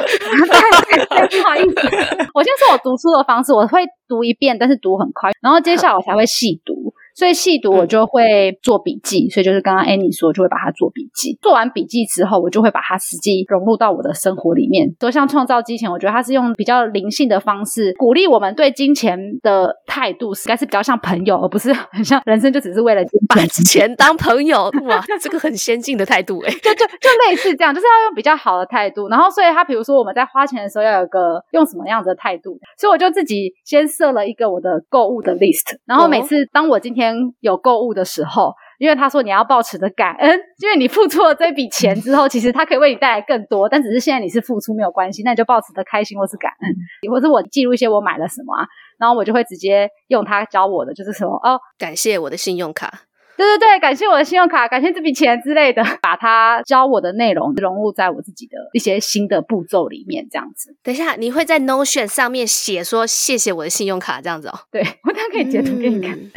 太不好意思，我先说我读书的方式，我会读一遍，但是读很快，然后接下来我才会细读。所以细读我就会做笔记，所以就是刚刚 Annie 说，就会把它做笔记。做完笔记之后，我就会把它实际融入到我的生活里面。所以像创造金钱，我觉得它是用比较灵性的方式，鼓励我们对金钱的态度，应该是比较像朋友，而不是很像人生就只是为了金
把
钱。
钱当朋友，哇，这个很先进的态度哎、
就就就类似这样，就是要用比较好的态度。然后，所以他比如说我们在花钱的时候要有个用什么样子的态度。所以我就自己先设了一个我的购物的 list，然后每次当我今天有购物的时候。因为他说你要抱持着感恩，因为你付出了这笔钱之后，其实它可以为你带来更多，但只是现在你是付出没有关系，那你就抱持着开心或是感恩，或是我记录一些我买了什么啊，然后我就会直接用他教我的，就是什么哦，
(laughs) 感谢我的信用卡，
对对对，感谢我的信用卡，感谢这笔钱之类的，把它教我的内容融入在我自己的一些新的步骤里面，这样子。
等一下你会在 Notion 上面写说谢谢我的信用卡这样子哦。
对 (laughs) 我等一下可以截图给你看，
嗯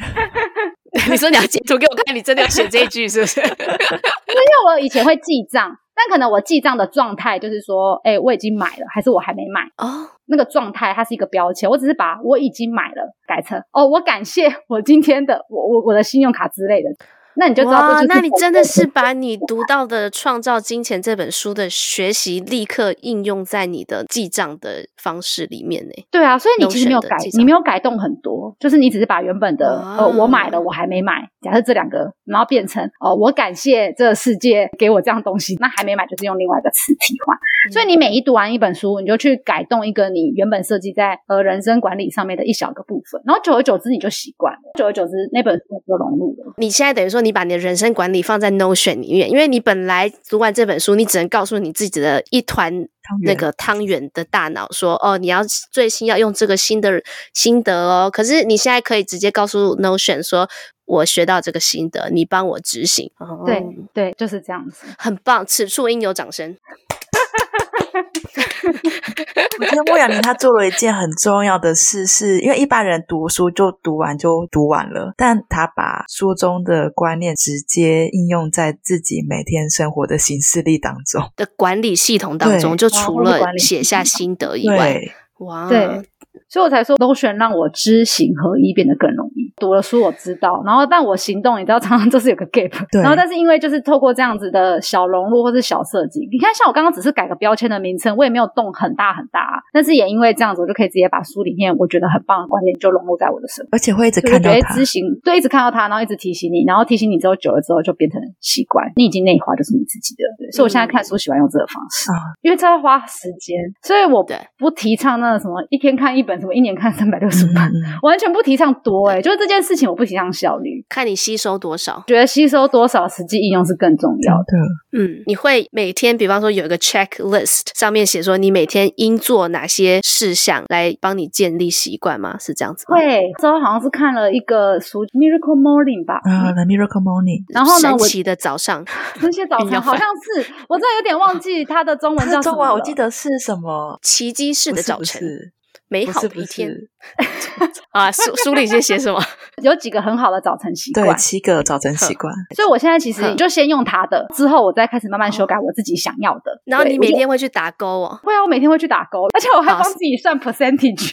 (laughs) 你说你要截图给我看，你真的要写这一句
(laughs)
是不是？
因为我以前会记账，但可能我记账的状态就是说，哎，我已经买了，还是我还没买。
哦，
那个状态，它是一个标签，我只是把我已经买了改成哦，我感谢我今天的我我我的信用卡之类的，那你就知道这
哇
就，是
那你真
(laughs)
的是把你读到的《创造金钱》这本书的学习，立刻应用在你的记账的方式里面呢。
对啊，所以你其实没有
Notion 的
改
记，账
你没有改动很多，就是你只是把原本的、
啊
呃我买了我还没买，假设这两个，然后变成哦、我感谢这个世界给我这样东西，那还没买就是用另外一个词替换。
嗯
所以你每一读完一本书，你就去改动一个你原本设计在呃人生管理上面的一小个部分，然后久而久之你就习惯了，久而久之那本书就融入了。
你现在等于说，你把你的人生管理放在 Notion 里面，因为你本来读完这本书，你只能告诉你自己的一团
汤
那
圆
个汤圆的大脑说，哦，你要最新要用这个新的心得哦。可是你现在可以直接告诉 Notion 说，我学到这个心得，你帮我执行。哦
对、对，就是这样子。
很棒，此处应有掌声。
我觉得莫雅玲她做了一件很重要的事是，因为一般人读书就读完就读完了，但她把书中的观念直接应用在自己每天生活的形式力当中。
的管理系统当
对
中，就
哦
除
我们
了
管理
写
系
下
统
心得以外，
对，
哇，
对，所以我才说 Notion 让我知行合一变得更容易。读了书我知道，然后但我行动，你知道常常就是有
(laughs)
个 gap。
对
然后但是因为就是透过这样子的小融入或是小设计，你看像我刚刚只是改个标签的名称，我也没有动很大很大啊，但是也因为这样子，我就可以直接把书里面我觉得很棒的观点就融入在我的生活。
而且会一直
就
看
是觉
到
得
它
知。行，对，一直看到它，然后一直提醒你，然后提醒你之后久了之后就变成习惯，你已经内化就是你自己的。对所以我现在看书喜欢用这个方式，
嗯啊
(laughs) 因为这要花时间，所以我
对
不提倡那个什么一天看一本，什么一年看三百六十
嗯
本，
嗯
(laughs) 完全不提倡多哎、就是这件事情我不提倡效率，
看你吸收多少。
觉得吸收多少实际应用是更重
真
要的。
的，
嗯，你会每天，比方说有一个 checklist，上面写说你每天应做哪些事项来帮你建立习惯吗？是这样子吗？
会，之后好像是看了一个书《Miracle Morning》吧，
啊，The
嗯
Miracle Morning，
然后呢
神
我
奇的早上，
那些早
比较
餐好
烦
像是，我真的有点忘记它的中文
它
叫
的
什
中
么
文我
了
记得是什么？
奇迹式
不
的
是
早
不
晨，
是，
美
不
好
是
的
不
一天
是，
啊！书书里先写什么？
(laughs) 有几个很好的早晨习惯
对，，七个早晨习惯，
所以我现在其实
哼哦
就先用他的，之后我再开始慢慢修改我自己想要的。
然后
对
你
我
每
就
天哦会去打勾哦，
会啊，我每天会去打勾，而且我还
好
帮自己算 percentage。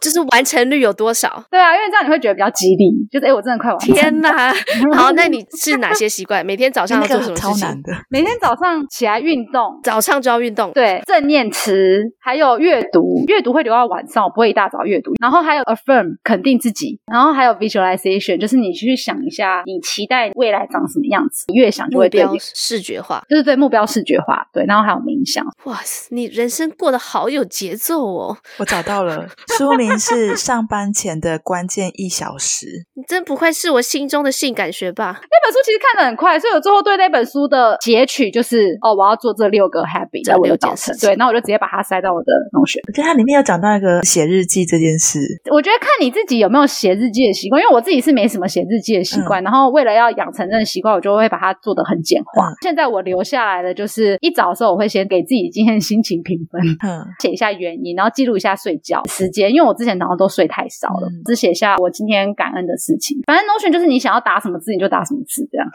就是完成率有多少？
对啊，因为这样你会觉得比较激励，就是哎、诶我真的快完成。
天哪！好，那你是哪些习惯？每天早上
那
要做什
个
么
超
事
难
情？
的，
(laughs) 每天早上起来运动。
早上就要运动，
对，正念词，还有阅读，阅读会留到晚上，我不会一大早阅读。然后还有 affirm，肯定自己，然后还有 visualization，就是你去想一下，你期待未来长什么样子，你越想就
目
会对
标
你，
视觉化。
就是对目标视觉化。对，然后还有冥想，
哇塞，你人生过得好有节奏哦！
我找到了，书名是《上班前的关键一小时》。
你真不愧是我心中的性感学霸。
那本书其实看得很快，所以我最后对那本书的截取就是，哦，我要做这六个 happy，
这
在我
六
的
件
早晨
事，情
对，那我就直接把它塞到我的同学。
我觉得它里面有讲到一个写日记这件事，
我觉得看你自己有没有写日记的习惯，因为我自己是没什么写日记的习惯，然后为了要养成这个习惯，我就会把它做得很简化。
嗯
现在我留下来的就是一早的时候，我会先给自己今天的心情评分，
嗯，
写一下原因，然后记录一下睡觉时间，因为我之前常常都睡太少了，
嗯
只写一下我今天感恩的事情。反正 Notion 就是你想要打什么字你就打什么字，这样。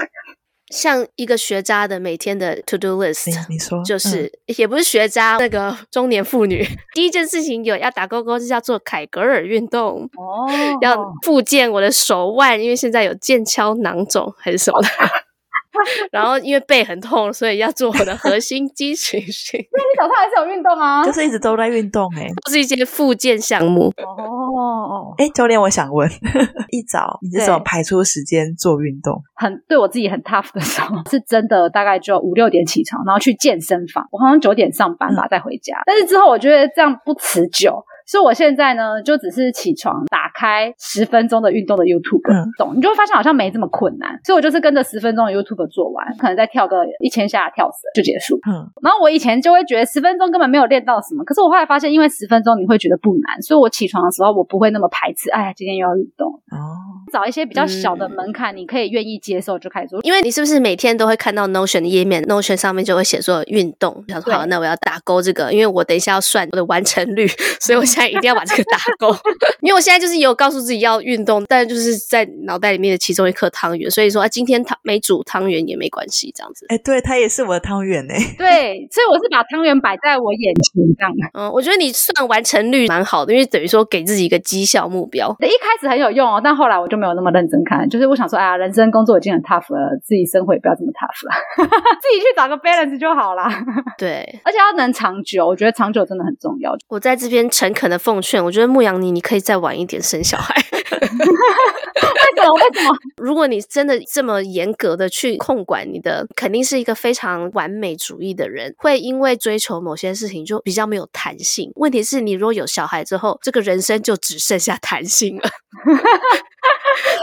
像一个学渣的每天的 to do
你
list，
你说
嗯
就是、也不是学渣，那个中年妇女， (laughs) 第一件事情有要打勾勾，就是要做凯格尔运动，
哦
要复健我的手腕，因为现在有腱鞘囊肿还是什么的。 (laughs) 然后因为背很痛，所以要做我的核心肌群训， (laughs)
你早上还是有运动啊？
嗯就是一直都在运动哎、欸。
都是一些复健项目。
哦，
哎，教练，我想问， (laughs) 一早你是怎么
对
排出时间做运动？
很对我自己很 tough 的时候，是真的大概就五六点起床，然后去健身房，我好像九点上班
嗯
吧，再回家。但是之后我觉得这样不持久。所以我现在呢，就只是起床，打开十分钟的运动的 YouTube，、
嗯
懂？你就会发现好像没这么困难。所以我就是跟着十分钟的 YouTube 做完，可能再跳个一千下跳绳就结束。
嗯，
然后我以前就会觉得十分钟根本没有练到什么，可是我后来发现，因为十分钟你会觉得不难，所以我起床的时候我不会那么排斥。哎呀，今天又要运动，
哦，
找一些比较小的
嗯
门槛，你可以愿意接受就开始做。
因为你是不是每天都会看到 Notion 的页面？Notion 上面就会写说运动，想说
对
好，那我要打勾这个，因为我等一下要算我的完成率， (laughs) 所以我现在一定要把这个打勾。因为我现在就是有告诉自己要运动，但就是在脑袋里面的其中一颗汤圆，所以说啊，今天汤没煮汤圆也没关系，这样
(laughs)
子。
哎，对，它也是我的汤圆哎、
(laughs) 对，所以我是把汤圆摆在我眼前这样。
嗯，我觉得你算完成率蛮好的，因为等于说给自己一个绩效目标。
一开始很有用哦，但后来我就没有那么认真看，就是我想说，哎呀，人生工作已经很 tough 了，自己生活也不要这么 tough 了， (laughs) 自己去找个 balance 就好啦。
对
(laughs) 而且要能长久，我觉得长久真的很重要。
我在这边诚恳的奉劝，我觉得牧羊你你可以再晚一点生小孩。
为什么？为什么？
如果你真的这么严格的去控管你的，肯定是一个非常完美主义的人，会因为追求某些事情就比较没有弹性。问题是你如果有小孩之后，这个人生就只剩下弹性
(laughs)
了。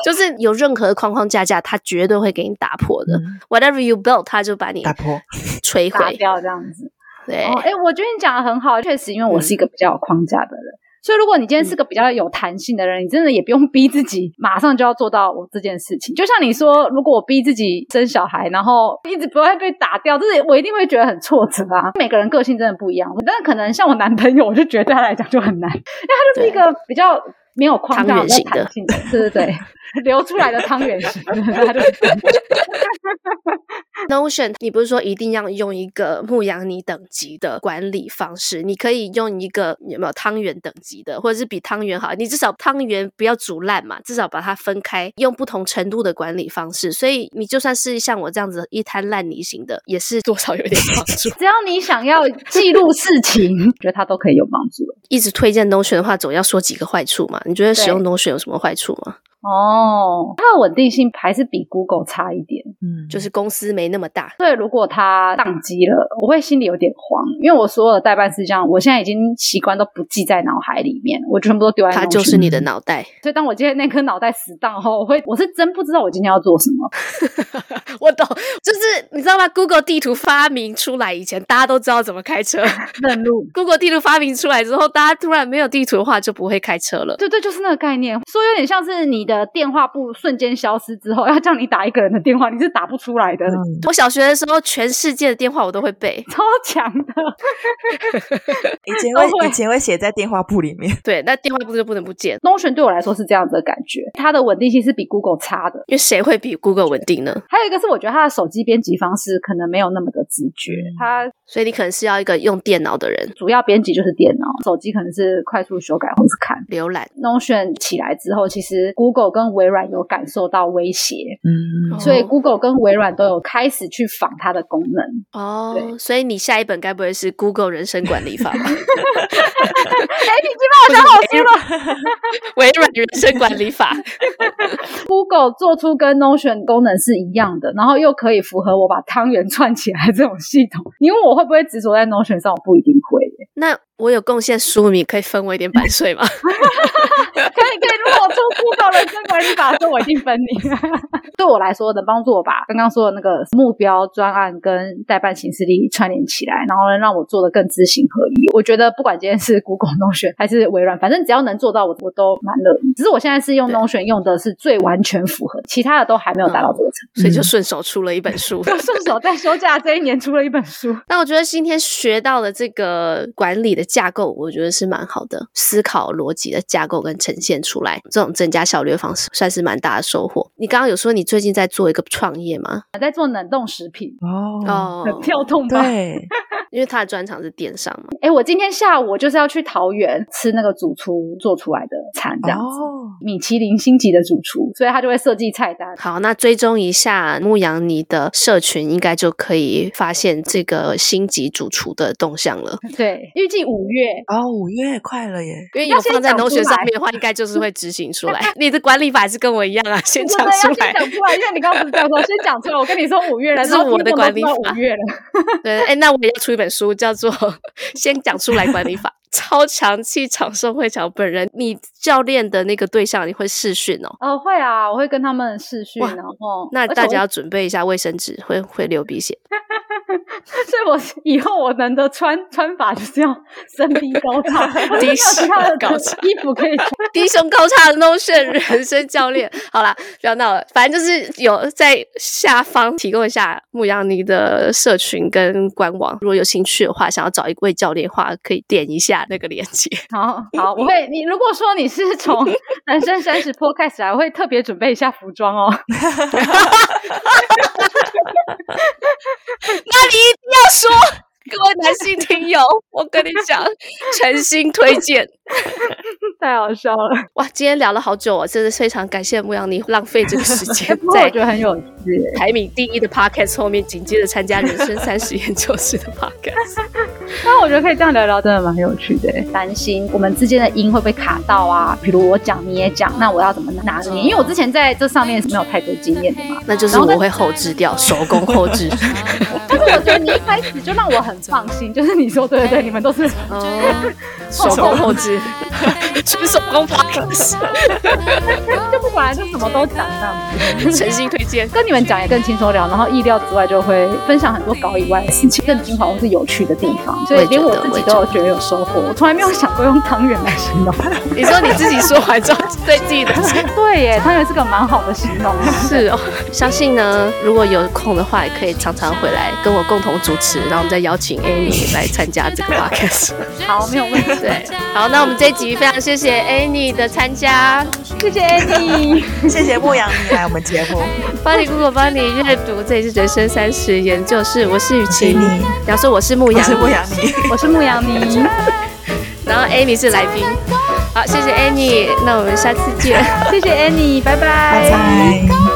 就是有任何框框架架，他绝对会给你打破的。
嗯
Whatever you build，他就把你
打破。
摧
打
毁。
掉这样子。
对，
哦，哎、我觉得你讲的很好，确实，因为
嗯
我是一个比较有框架的人。所以，如果你今天是个比较有弹性的人，你真的也不用逼自己马上就要做到我这件事情。就像你说，如果我逼自己生小孩，然后一直不会被打掉，这是我一定会觉得很挫折啊。每个人个性真的不一样，但是可能像我男朋友，我就觉得对他来讲就很难，因为他就是一个比较没有框
汤
架
圆型的
弹性的，对对对，流出来的汤圆型的， (laughs) 它就是弹性
Notion，你不是说一定要用一个牧羊你等级的管理方式？你可以用一个有没有汤圆等级的，或者是比汤圆好，你至少汤圆不要煮烂嘛，至少把它分开，用不同程度的管理方式。所以你就算是像我这样子一滩烂泥型的，也是多少有点帮助。 (laughs)
只要你想要记录事情，觉得它都可以有帮助。
一直推荐 Notion 的话，总要说几个坏处嘛？你觉得使用 Notion 有什么坏处吗？
哦，它的稳定性还是比 Google 差一点。
嗯，
(laughs) 就是公司没那么大，
所以如果它宕机了，我会心里有点慌，因为我所有的代办事项，我现在已经习惯都不记在脑海里面，我全部都丢在
它
脑
就是
子
你的脑袋。 (laughs)
所以当我今天那颗脑袋死档后，我会我是真不知道我今天要做什么。
我懂，就是你知道吗？Google 地图发明出来以前，大家都知道怎么开车。
认路，
Google 地图发明出来之后，大家突然没有地图的话，就不会开车了。
对对，就是那个概念。说有点像是你的电话簿瞬间消失之后，要叫你打一个人的电话，你是打不出来的，
嗯
我小学的时候，全世界的电话我都会背。
超强的。
以前会
会
以前会写在电话簿里面，
对，那电话簿就不能不见，
Notion 对我来说是这样子的感觉，它的稳定性是比 Google 差的。
因为谁会比 Google 稳定呢？
还有一个是，我觉得它的手机编辑方式可能没有那么的直觉，它
所以你可能是要一个用电脑的人
主要编辑就是电脑，手机可能是快速修改或是看。
浏览。
Notion 起来之后，其实 Google 跟微软有感受到威胁，
嗯，
所以
哦
Google 跟微软都有开始去仿它的功能。
哦，
对
所以你下一本该不会是 Google 人生管理法
(laughs)
吧？
哎，你今晚想好书了。
微软人生管
(laughs)
理法。
Google 做出跟 Notion 功能是一样的，然后又可以符合我把汤圆串起来这种系统。你问我会不会执着在 Notion 上，我不一定会耶。
那我有贡献书名，可以分我一点版税吗？
(laughs)
(laughs)
可以可以，如果我出 Google 人生管理法的时候，我一定分你。 (laughs) 对我来说，能帮助我把刚刚说的那个目标专案跟代办行事力串联起来，然后呢让我做的更知行合一。我觉得不管今天是 Google (laughs) Notion 还是微软，反正只要能做到我，我都蛮乐意。只是我现在是用
对
Notion 用的是最完全符合，其他的都还没有达到这个程度。
所以就顺手出了一本书。
就 (laughs) 嗯顺手在休假这一年出了一本书。
那我觉得今天学到的这个管理的架构，我觉得是蛮好的，思考逻辑的架构跟呈现出来，这种增加效率的方式算是蛮大的收获。你刚刚有说你最近在做一个创业吗？
呃我在做冷冻食品，
哦，
哦，
嗯很跳痛吧？
对，
因为他的专长是电商嘛。
哎，我今天下午我就是要去桃园吃那个主厨做出来的餐，这样子。
哦，
米其林星级的主厨，所以他就会设计菜
(laughs)
单。
好，那追踪一下牧羊你的社群，应该就可以发现这个星级主厨的动向了。
对，预计五月
哦，五月快了耶，
因为
要
有
先
放在
讲
n o
出
t 上
来
面的话，应该就是会执行
(laughs)
出来。你的管理法是跟我一样啊，先
对
讲
对
出
要
来
先。讲出来，因为你刚刚不是这样
(laughs)
说，先讲出来。我跟你说五月了，
这是
然后
我的
听众都
管理
知道
法
五月了，
对，哎，那我也要出一本书，叫做《先讲出来管理法》，超强气场受会强本人。你教练的那个对象，你会试训哦。
哦，会啊，我会跟他们视讯，
哇
然后
那
而且
大家
我
要准备一下卫生纸，会会流鼻血。
所以我 (laughs) 以后我能的穿穿法就是要身低
(laughs)
高叉，我就没
低
有其他的
胸高叉
衣服可以穿。
低胸高叉的 Notion 人生教练，好啦，不要闹了，反正就是有在下方提供一下牧羊妮的社群跟官网，如果有兴趣的话，想要找一位教练的话，可以点一下那个链接。
好好，我会你如果说你是从
(laughs)
男生三十 p 开始来，我会特别准备一下服装哦。
那你一定要说， (laughs) 各位男性听友， (laughs) 我跟你讲，诚心推荐。
太好笑了，
(laughs) 哇，今天聊了好久哦，真的非常感谢牧羊妮浪费这个时
哎
(laughs) 间
不过我
在
觉得很有趣耶。
排名第一的 podcast 后面，紧接着参加人生三十研究室的 (laughs) podcast。
但我觉得可以这样聊聊，真的蛮有趣的耶。欸担心我们之间的音会不会卡到啊？比如我讲你也讲，那我要怎么拿捏？因为我之前在这上面是没有太多经验的嘛。
那就是我会后置掉，手工后置。
但是我觉得你一开始就让我很放心， (laughs) 就是你说对对对，你们都 (laughs) 是
(laughs) 哦， (laughs) 手工后 (laughs) 置，纯手工 podcast，
就不管就什么都讲这样子。
(laughs) 诚
嗯
心推荐。
跟你们讲也更轻松聊，然后意料之外就会分享很多稿以外的事情，更精华或是有趣的地方，所以连我自己都有觉得有收获。我从来没有想过用汤圆来 (laughs) 形容，
你说你自己说完之后，对自己的 (laughs)
对耶，汤圆是个蛮好的形容。
是哦， (laughs) 相信呢，如果有空的话，也可以常常回来跟我共同主持，然后我们再
(laughs)
邀请 Amy 来参加这个 podcast。
好，没有问题。
对，好，那我们这一集非常谢谢谢 Annie 的参加，
谢谢 (laughs) Annie，
谢谢牧羊你来我们节目，
帮你姑姑帮你阅读，这里是人生三十研究室，我是雨
谢
晴
谢，你，
然后说我是牧
我
羊
是，牧羊你，
我是牧羊妮。
然后 Annie 是来宾。好，谢谢 Annie，那我们下次见。
谢谢 Annie，拜拜
拜拜。